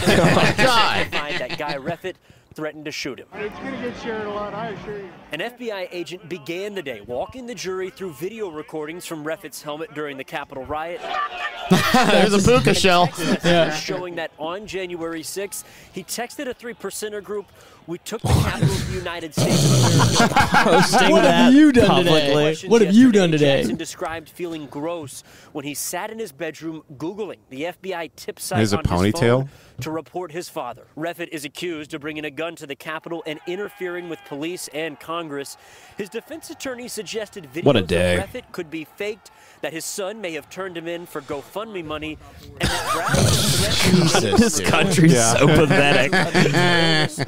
Speaker 13: God.
Speaker 15: God. that Guy Reffitt threatened to shoot him.
Speaker 16: It's gonna get shared a lot, I assure you.
Speaker 15: An FBI agent began the day walking the jury through video recordings from Reffitt's helmet during the Capitol riot.
Speaker 4: There's a puka
Speaker 15: And
Speaker 4: shell.
Speaker 15: text messages
Speaker 4: Yeah.
Speaker 15: Showing that on January 6th, he texted a three percenter group We took the capital of the United States of America.
Speaker 5: Hosting What have that you done publicly. today?
Speaker 15: Questions
Speaker 5: What have you
Speaker 15: yesterday,
Speaker 5: done today?
Speaker 15: Jackson described feeling gross when he sat in his bedroom Googling the FBI tip site
Speaker 2: Has a
Speaker 15: on his
Speaker 2: ponytail?
Speaker 15: phone to report his father. Refit is accused of bringing a gun to the Capitol and interfering with police and Congress. His defense attorney suggested videos
Speaker 1: What a day.
Speaker 15: of Refit could be faked, that his son may have turned him in for GoFundMe money, and that Brown was threatened-
Speaker 1: This country's so pathetic.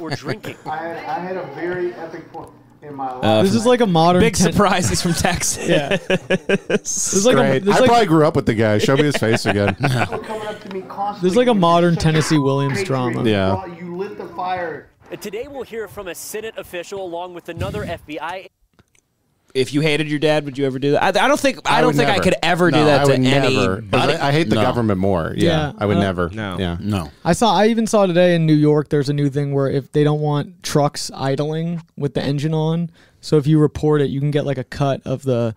Speaker 15: or drinking.
Speaker 16: I, I had a very epic point in my
Speaker 13: Uh,
Speaker 16: life.
Speaker 5: this is like a modern
Speaker 1: Big
Speaker 5: ten-
Speaker 1: surprise. He's from Texas.
Speaker 5: Yeah.
Speaker 1: this
Speaker 5: is like a-
Speaker 2: Great.
Speaker 5: this
Speaker 2: I
Speaker 5: like-
Speaker 2: probably grew up with the guy. Show me his face again.
Speaker 5: There's like a modern Tennessee Williams drama.
Speaker 2: Yeah.
Speaker 15: You lit the fire. Today we'll hear from a Senate official along with another FBI
Speaker 1: If you hated your dad, would you ever do that? I, I don't think. I, don't
Speaker 2: would
Speaker 1: think I
Speaker 2: never.
Speaker 1: could ever do
Speaker 2: No,
Speaker 1: that
Speaker 2: I
Speaker 1: to
Speaker 2: would never. 'Cause
Speaker 1: anybody.
Speaker 2: I, I hate the
Speaker 1: No.
Speaker 2: government more. Yeah,
Speaker 5: Yeah.
Speaker 2: I would
Speaker 5: Uh,
Speaker 2: never. No. Yeah. No.
Speaker 5: I saw. I even saw today in New York. There's a new thing where if they don't want trucks idling with the engine on, so if you report it, you can get like a cut of the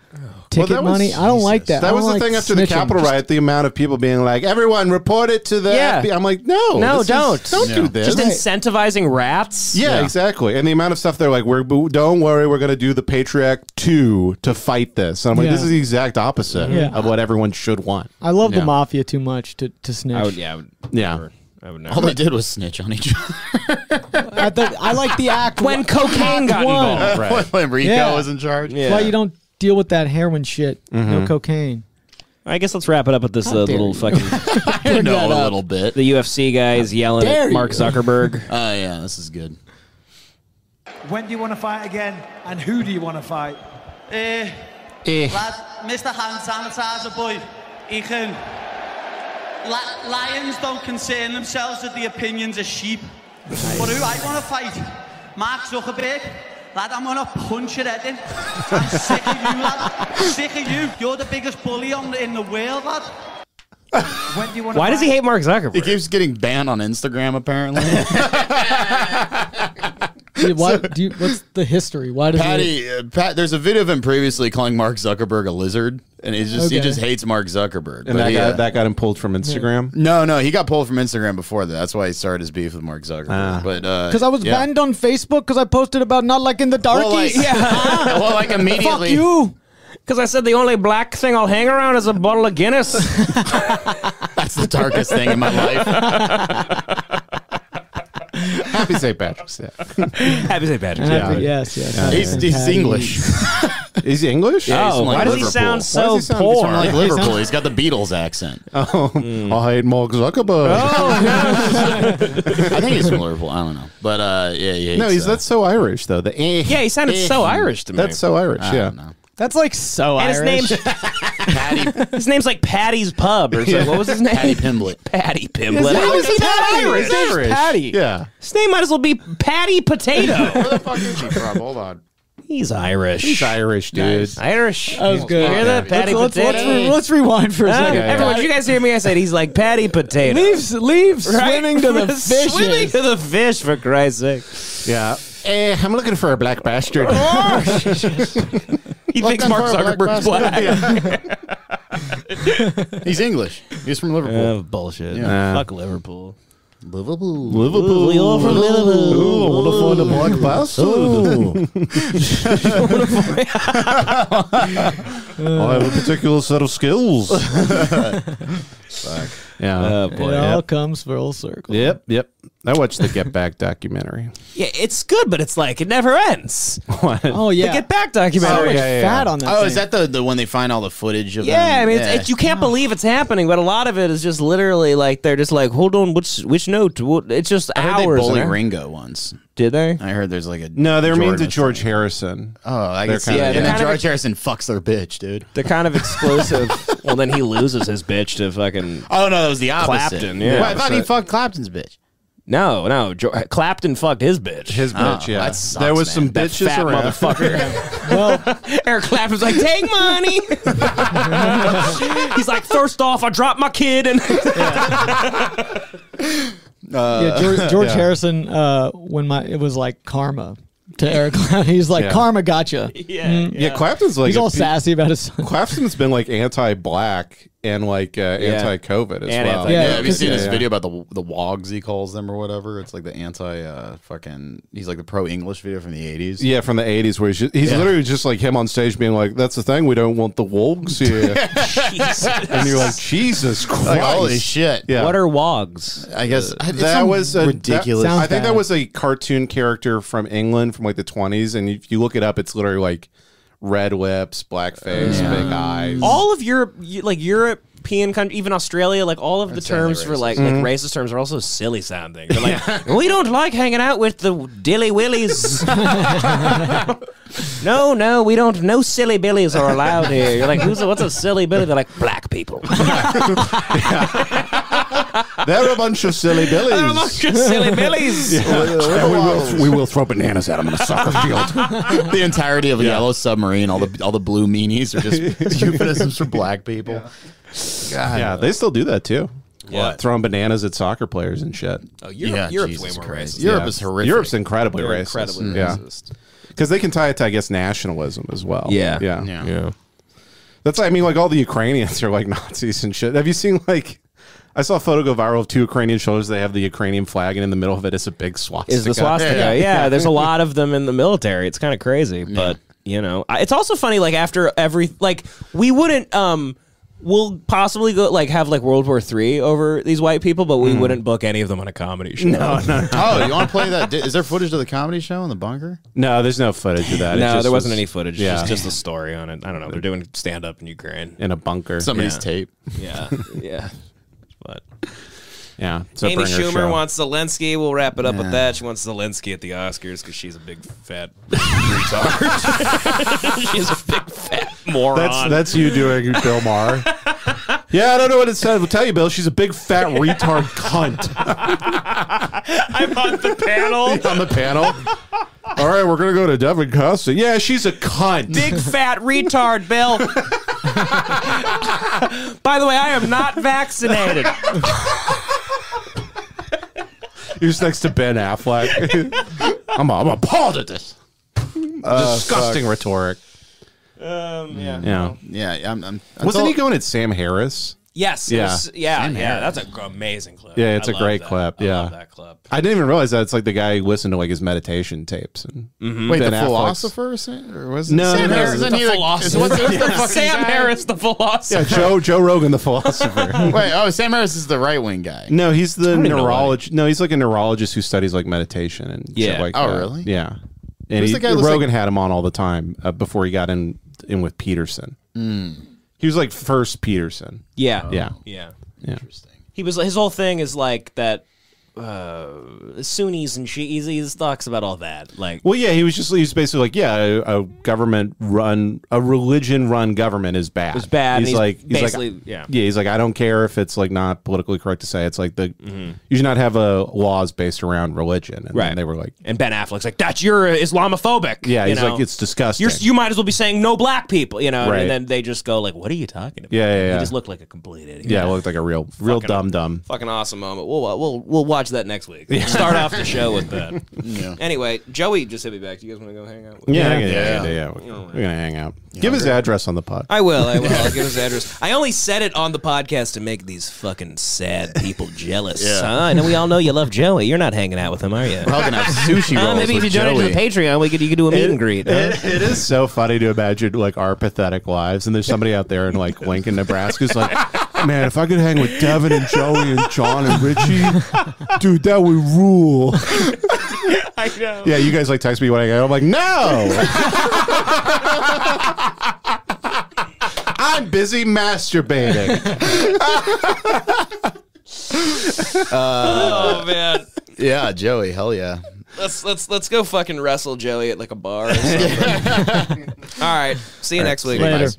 Speaker 5: ticket
Speaker 2: that was-
Speaker 5: money. I don't like that. I
Speaker 2: That
Speaker 5: don't
Speaker 2: was the
Speaker 5: like
Speaker 2: thing after the
Speaker 5: snitching.
Speaker 2: Capitol
Speaker 5: Just-
Speaker 2: riot. The amount of people being like, "Everyone, report it to the."
Speaker 1: Yeah.
Speaker 2: FBI." I'm like, no,
Speaker 1: No,
Speaker 2: this is-
Speaker 1: don't.
Speaker 2: don't do this.
Speaker 1: Just incentivizing rats.
Speaker 2: Yeah, exactly. And the amount of stuff they're like, "We're but don't worry, we're going to do the Patriot Act two to fight this." And I'm like,
Speaker 5: Yeah.
Speaker 2: this is the exact opposite
Speaker 5: Yeah.
Speaker 2: of what everyone should want.
Speaker 5: I love
Speaker 2: Yeah.
Speaker 5: the mafia too much to to snitch.
Speaker 1: I would. Yeah. I would
Speaker 2: Yeah.
Speaker 1: never- I would never.
Speaker 4: All they did was snitch on each other.
Speaker 5: I, thought- I like the act
Speaker 1: When cocaine got
Speaker 5: one.
Speaker 1: involved, right.
Speaker 4: when Rico
Speaker 5: Yeah.
Speaker 4: was in charge.
Speaker 5: That's Why you don't deal with that heroin shit? No
Speaker 1: Mhm.
Speaker 5: cocaine.
Speaker 1: I guess let's wrap it up with this
Speaker 5: How
Speaker 1: uh,
Speaker 5: dare
Speaker 1: little
Speaker 5: you.
Speaker 1: fucking.
Speaker 5: Bring that
Speaker 1: a
Speaker 5: up.
Speaker 1: little bit. The UFC guys yelling
Speaker 6: dare
Speaker 1: at
Speaker 6: you.
Speaker 1: Mark Zuckerberg.
Speaker 4: Oh yeah, this is good.
Speaker 6: When do you want to fight again, and who do you want to fight?
Speaker 17: Uh,
Speaker 6: Eh.
Speaker 17: Lad, Mr. Hand Sanitizer boy, he can. Li- lions don't concern themselves with the opinions of sheep. But who I want to fight? Mark Zuckerberg. Lad, I'm going to punch your head in. I'm sick of you, lad. Sick of you. You're the biggest bully on, in the world, lad.
Speaker 6: When do you
Speaker 4: Why does he hate
Speaker 1: Mark Zuckerberg?
Speaker 4: He keeps getting banned on Instagram apparently.
Speaker 5: Dude, why, do you, what's the history? Why does
Speaker 4: Patty, uh, Pat, there's a video of him previously calling Mark Zuckerberg a lizard, and he's just he
Speaker 5: Okay.
Speaker 4: just hates Mark Zuckerberg. But
Speaker 2: And that,
Speaker 4: he,
Speaker 2: got,
Speaker 4: uh,
Speaker 2: that got him pulled from Instagram.
Speaker 4: no, no, he got pulled from Instagram before that. That's why he started his beef with Mark Zuckerberg.
Speaker 2: Ah.
Speaker 4: but uh, because
Speaker 5: Because I was banned on Facebook because I posted about not liking the darkies.
Speaker 4: Well, like-
Speaker 1: Yeah.
Speaker 4: well, like immediately.
Speaker 5: Fuck you.
Speaker 1: Because I said the only black thing I'll hang around is a bottle of Guinness.
Speaker 4: That's the darkest thing in my
Speaker 1: life.
Speaker 2: Happy St. Patrick's Day.
Speaker 1: Happy St. Patrick's Day.
Speaker 5: Happy- yes, yes,
Speaker 2: Yeah.
Speaker 4: He's-
Speaker 5: yes.
Speaker 4: he's English.
Speaker 2: He's English.
Speaker 4: Yeah, he's
Speaker 1: Oh,
Speaker 4: from, like,
Speaker 1: why does he
Speaker 4: Liverpool.
Speaker 1: sound
Speaker 4: Why does
Speaker 1: so
Speaker 4: he sound- He's
Speaker 1: poor?
Speaker 4: from like Liverpool. He's got the Beatles accent.
Speaker 2: Oh,
Speaker 4: Hmm.
Speaker 2: I hate Mark Zuckerberg.
Speaker 4: I think he's from Liverpool. I don't know, but uh, yeah, yeah.
Speaker 2: no, he's that's so Irish though. The eh,
Speaker 1: Yeah, he sounded so
Speaker 2: eh.
Speaker 1: Irish to me.
Speaker 2: That's so Irish.
Speaker 4: I
Speaker 2: yeah.
Speaker 4: don't know.
Speaker 5: That's like so
Speaker 1: and his
Speaker 5: Irish.
Speaker 1: name's Patty. His name's like Patty's Pub or something. What was his name?
Speaker 4: Patty Pimblett.
Speaker 1: Patty Pimblett.
Speaker 2: name
Speaker 1: How
Speaker 2: is
Speaker 1: is he
Speaker 2: Patty.
Speaker 1: not Irish?
Speaker 2: His name's
Speaker 1: Patty.
Speaker 2: Yeah.
Speaker 1: His name might as well be Patty Potato.
Speaker 2: Where the fuck is he from? Hold on.
Speaker 1: He's Irish.
Speaker 2: He's Irish, dude.
Speaker 1: Irish.
Speaker 5: That was good.
Speaker 1: You hear that? Patty
Speaker 5: let's, let's,
Speaker 1: Potato.
Speaker 5: let's, re- let's rewind for a
Speaker 1: Huh?
Speaker 5: second.
Speaker 1: Everyone, did you guys hear me? I said he's like Patty Potato.
Speaker 5: Leaves, leaves
Speaker 1: Right?
Speaker 5: swimming to the fish.
Speaker 1: Swimming to the fish, for Christ's sake.
Speaker 2: Yeah. Eh, I'm looking for a black bastard.
Speaker 1: He
Speaker 2: Looking
Speaker 1: thinks Mark
Speaker 2: for a
Speaker 1: Zuckerberg's
Speaker 2: black
Speaker 1: black.
Speaker 4: He's English. He's from Liverpool.
Speaker 1: Oh, bullshit.
Speaker 4: Yeah.
Speaker 1: Fuck Liverpool.
Speaker 4: Liverpool.
Speaker 2: Liverpool.
Speaker 1: You're from Liverpool.
Speaker 2: Ooh, I want to find a black bastard. I have a particular set of skills. Yeah.
Speaker 1: Oh,
Speaker 5: It
Speaker 1: boy.
Speaker 5: all
Speaker 2: Yep.
Speaker 5: comes full circle.
Speaker 2: yep. Yep. I watched the Get Back documentary.
Speaker 1: Yeah, it's good, but it's like it never ends.
Speaker 2: What?
Speaker 5: Oh yeah.
Speaker 1: The Get Back documentary.
Speaker 2: Oh, yeah, yeah, yeah.
Speaker 5: Fat on that.
Speaker 4: Oh,
Speaker 5: thing.
Speaker 4: is that the the one they find all the footage of?
Speaker 1: Yeah,
Speaker 4: them?
Speaker 1: I mean, It's, it, you can't believe it's happening, but a lot of it is just literally like they're just like, hold on, which which note? What- It's just
Speaker 4: I heard
Speaker 1: hours.
Speaker 4: they bully
Speaker 1: and-
Speaker 4: Ringo once.
Speaker 1: Did they?
Speaker 4: I heard there's like a
Speaker 2: No, they're mean
Speaker 4: Jordan
Speaker 2: to
Speaker 4: was-
Speaker 2: George Harrison.
Speaker 4: Oh, I
Speaker 2: They're
Speaker 4: can see.
Speaker 2: kinda-
Speaker 4: it. And
Speaker 2: yeah.
Speaker 4: then
Speaker 1: Kind of
Speaker 4: George Harrison fucks their bitch, dude.
Speaker 1: They're kind of explosive. well, then he loses his bitch to fucking
Speaker 4: Oh no, that was the opposite.
Speaker 1: Clapton. Yeah,
Speaker 4: Well, I thought he
Speaker 1: So-
Speaker 4: fucked Clapton's bitch.
Speaker 1: no, no. Jo- Clapton fucked his bitch.
Speaker 2: His bitch,
Speaker 4: Oh,
Speaker 2: yeah.
Speaker 4: that sucks,
Speaker 2: there was
Speaker 4: man.
Speaker 2: some
Speaker 1: That
Speaker 2: bitches
Speaker 1: fat
Speaker 2: around.
Speaker 1: motherfucker.
Speaker 5: well,
Speaker 1: Eric Clapton's like, take money. He's like, first off, I dropped my kid and Uh,
Speaker 5: yeah, George, George
Speaker 2: yeah.
Speaker 5: Uh, Harrison. Uh, when my it was like karma to Eric. Clapton. He's like
Speaker 2: Yeah.
Speaker 5: karma gotcha. Mm.
Speaker 1: yeah.
Speaker 2: yeah. Clapton's like
Speaker 5: He's
Speaker 2: a
Speaker 5: all
Speaker 2: pe-
Speaker 5: sassy about his son.
Speaker 2: Clapton's been like anti-black
Speaker 4: and like uh,
Speaker 2: Yeah.
Speaker 4: anti-COVID as
Speaker 2: And
Speaker 4: well.
Speaker 2: anti- Yeah,
Speaker 4: yeah, have you
Speaker 2: because-
Speaker 4: seen this
Speaker 2: yeah, yeah.
Speaker 4: video about the the wogs he calls them or whatever? It's like the anti uh, fucking. He's like the pro English video from the eighties.
Speaker 2: Yeah, from the '80s, where he's, just, he's
Speaker 4: Yeah.
Speaker 2: literally just like him on stage, being like, "That's the thing, we don't want the wogs here." and you're like, "Jesus Christ,
Speaker 4: Like, holy shit.
Speaker 2: Yeah.
Speaker 4: What
Speaker 1: are wogs?
Speaker 4: I guess
Speaker 2: Uh,
Speaker 4: it's
Speaker 2: that
Speaker 4: some
Speaker 2: was a,
Speaker 4: ridiculous-
Speaker 2: that- I
Speaker 4: Sounds
Speaker 2: think that
Speaker 4: bad.
Speaker 2: was a cartoon character from England from like the 20s, and if you look it up, it's literally like red lips, black face, big eyes.
Speaker 4: Oh.
Speaker 1: all of Europe, you- like European country, even Australia, like all of the terms for like
Speaker 2: Mhm.
Speaker 1: like racist terms are also silly sounding. They're like, we don't like hanging out with the dilly willies. no, no, we don't. No silly billies are allowed here. You're like, who's a, what's a silly billy? They're like black people.
Speaker 2: They're a bunch of silly billies.
Speaker 1: They're a bunch of silly billies.
Speaker 2: Yeah.
Speaker 1: We're the- we're
Speaker 2: And
Speaker 1: the
Speaker 2: we,
Speaker 1: wild.
Speaker 2: will, we will throw bananas at them in a soccer field.
Speaker 4: the entirety of a yellow submarine. All the all the blue meanies are just euphemisms for black people. God.
Speaker 2: Yeah, they still do that too.
Speaker 4: Yeah.
Speaker 2: What? Throwing bananas at soccer players and shit.
Speaker 1: Oh, Europe- Yeah, Europe's Jesus way more Christ. Mm. racist.
Speaker 4: Europe is horrific.
Speaker 2: Europe's incredibly
Speaker 1: They're
Speaker 2: racist.
Speaker 1: incredibly
Speaker 2: yeah.
Speaker 1: racist.
Speaker 2: Because they can tie it to, I guess, nationalism as well.
Speaker 1: Yeah.
Speaker 2: Yeah.
Speaker 1: Yeah.
Speaker 2: That's, I mean, like all the Ukrainians are like Nazis and shit. Have you seen, like, I saw a photo go viral of two Ukrainian shoulders. They have the Ukrainian flag, and in the middle of it is a big swastika.
Speaker 1: is the swastika. Yeah, there's a lot of them in the military. It's kind of crazy, but you know, I, it's also funny. Like after every, like we wouldn't, um, we'll possibly go like have like World War Three over these white people, but we wouldn't book any of them on a comedy show.
Speaker 4: Mm. No, no. oh, you want to play that? Is there footage of the comedy show in the bunker?
Speaker 2: No, there's no footage of that. It
Speaker 1: no,
Speaker 2: just
Speaker 1: there wasn't
Speaker 2: was-
Speaker 1: any footage.
Speaker 2: Yeah.
Speaker 1: It's just, just a story on it. I don't know. They're doing stand up in Ukraine
Speaker 2: in a bunker.
Speaker 4: Somebody's
Speaker 1: Yeah.
Speaker 4: tape.
Speaker 1: Yeah, yeah. But
Speaker 2: Yeah. it's a
Speaker 1: Amy
Speaker 2: bringer
Speaker 1: Schumer
Speaker 2: show.
Speaker 1: wants Zelensky. We'll wrap it up
Speaker 2: Yeah.
Speaker 1: with that. She wants Zelensky at the Oscars because she's a big fat retard. she's a big fat moron.
Speaker 2: That's that's you doing Bill Maher. yeah, I don't know what it said. We'll tell you, Bill. She's a big fat retard cunt.
Speaker 1: I'm on the panel.
Speaker 2: on the panel. All right, we're gonna go to Devin Costa. Yeah, she's a cunt.
Speaker 1: Big fat retard, Bill. By the way, I am not vaccinated.
Speaker 2: He was next to Ben Affleck. I'm, I'm appalled at this.
Speaker 4: Uh,
Speaker 2: Disgusting
Speaker 4: fuck.
Speaker 2: rhetoric.
Speaker 1: Um,
Speaker 2: Yeah.
Speaker 4: Yeah. I'm, I'm,
Speaker 2: Wasn't he going at Sam Harris?
Speaker 1: Yes. it
Speaker 2: Yeah.
Speaker 1: was- yeah.
Speaker 4: Sam
Speaker 1: Yeah.
Speaker 4: Harris.
Speaker 1: That's an amazing clip.
Speaker 2: Yeah, it's
Speaker 1: a
Speaker 2: a great clip. yeah, I
Speaker 1: that clip.
Speaker 2: I didn't even realize that it's like the guy who listened to like his meditation tapes. And
Speaker 1: Mm-hmm.
Speaker 4: Wait,
Speaker 2: Ben
Speaker 4: the
Speaker 2: Affleck's-
Speaker 4: philosopher? Sam- Or was it
Speaker 2: No,
Speaker 4: Sam
Speaker 2: no,
Speaker 4: Harris?
Speaker 2: no,
Speaker 4: Isn't
Speaker 2: the
Speaker 4: he the- is- what's- what's the fucking
Speaker 1: Sam
Speaker 4: guy?
Speaker 1: Harris, the philosopher.
Speaker 2: Yeah, Joe Joe Rogan, the philosopher.
Speaker 4: Wait, oh, Sam Harris is the right wing guy.
Speaker 2: No, he's
Speaker 4: I
Speaker 2: the
Speaker 4: don't even know why.
Speaker 2: neurologist. No, he's like a neurologist who studies like meditation and shit
Speaker 4: Yeah.
Speaker 2: like
Speaker 4: Oh,
Speaker 2: that.
Speaker 4: really?
Speaker 2: Yeah. And
Speaker 4: Who's
Speaker 2: he,
Speaker 4: the guy who looks
Speaker 2: Rogan
Speaker 4: like-
Speaker 2: had him on all the time uh, before he got in in with Peterson.
Speaker 4: Mm.
Speaker 2: He was like first Peterson.
Speaker 1: Yeah.
Speaker 2: Yeah.
Speaker 1: Oh, Yeah.
Speaker 2: Yeah.
Speaker 1: He was his whole thing is like that uh, Sunnis and Shi'is. He talks about all that. Like
Speaker 2: Well, yeah, he was just he was basically like, yeah, a, a government run, a religion run government is bad.
Speaker 1: It's bad, and
Speaker 2: He's
Speaker 1: he's
Speaker 2: like, he's like-
Speaker 1: basically- yeah.
Speaker 2: yeah. He's like, I don't care if it's like not politically correct to say. It's like the you should not have uh, laws based around religion. And then
Speaker 1: Mm-hmm. Right.
Speaker 2: they were like,
Speaker 1: and Ben Affleck's like that's you're Islamophobic.
Speaker 2: yeah,
Speaker 1: you
Speaker 2: he's
Speaker 1: know?
Speaker 2: like, it's disgusting.
Speaker 1: You're, you might as well be saying no black people, you know,
Speaker 2: Right.
Speaker 1: and then they just go like, "What are you talking about?"
Speaker 2: Yeah, yeah, yeah.
Speaker 1: He just looked like a complete idiot.
Speaker 2: yeah, it looked like a real, real dumb dumb.
Speaker 1: fucking awesome moment. We'll uh, we'll we'll watch that next week. We'll Start off the show with that.
Speaker 4: Yeah.
Speaker 1: Anyway, Joey just hit me back. Do you guys want to go hang out?
Speaker 2: Yeah, yeah,
Speaker 1: me?
Speaker 2: yeah, yeah.
Speaker 1: You know,
Speaker 2: We're gonna hang out. Give his address on the pod.
Speaker 1: I will. I will. I'll give his address. I only said it on the podcast to make these fucking sad people jealous.
Speaker 13: Yeah.
Speaker 1: huh? I know we all know you love Joey. You're not hanging out with him, are you?
Speaker 4: We're all gonna have sushi
Speaker 1: Huh?
Speaker 4: rolls
Speaker 1: Uh, maybe if you
Speaker 4: with
Speaker 1: donate to the
Speaker 4: Joey.
Speaker 1: Patreon, we could you could do a meet and greet. huh?
Speaker 2: It- it is so funny to imagine like our pathetic lives, and there's somebody out there in like Lincoln, Nebraska, who's like, man, if I could hang with Devin and Joey and John and Richie, dude, that would rule.
Speaker 1: I know.
Speaker 2: Yeah, you guys like text me when I go. I'm like, no, I'm busy masturbating.
Speaker 1: oh man.
Speaker 4: Yeah, Joey. Hell yeah.
Speaker 1: Let's let's let's go fucking wrestle Joey at like a bar. Or something. All right. See you next week.
Speaker 4: Later.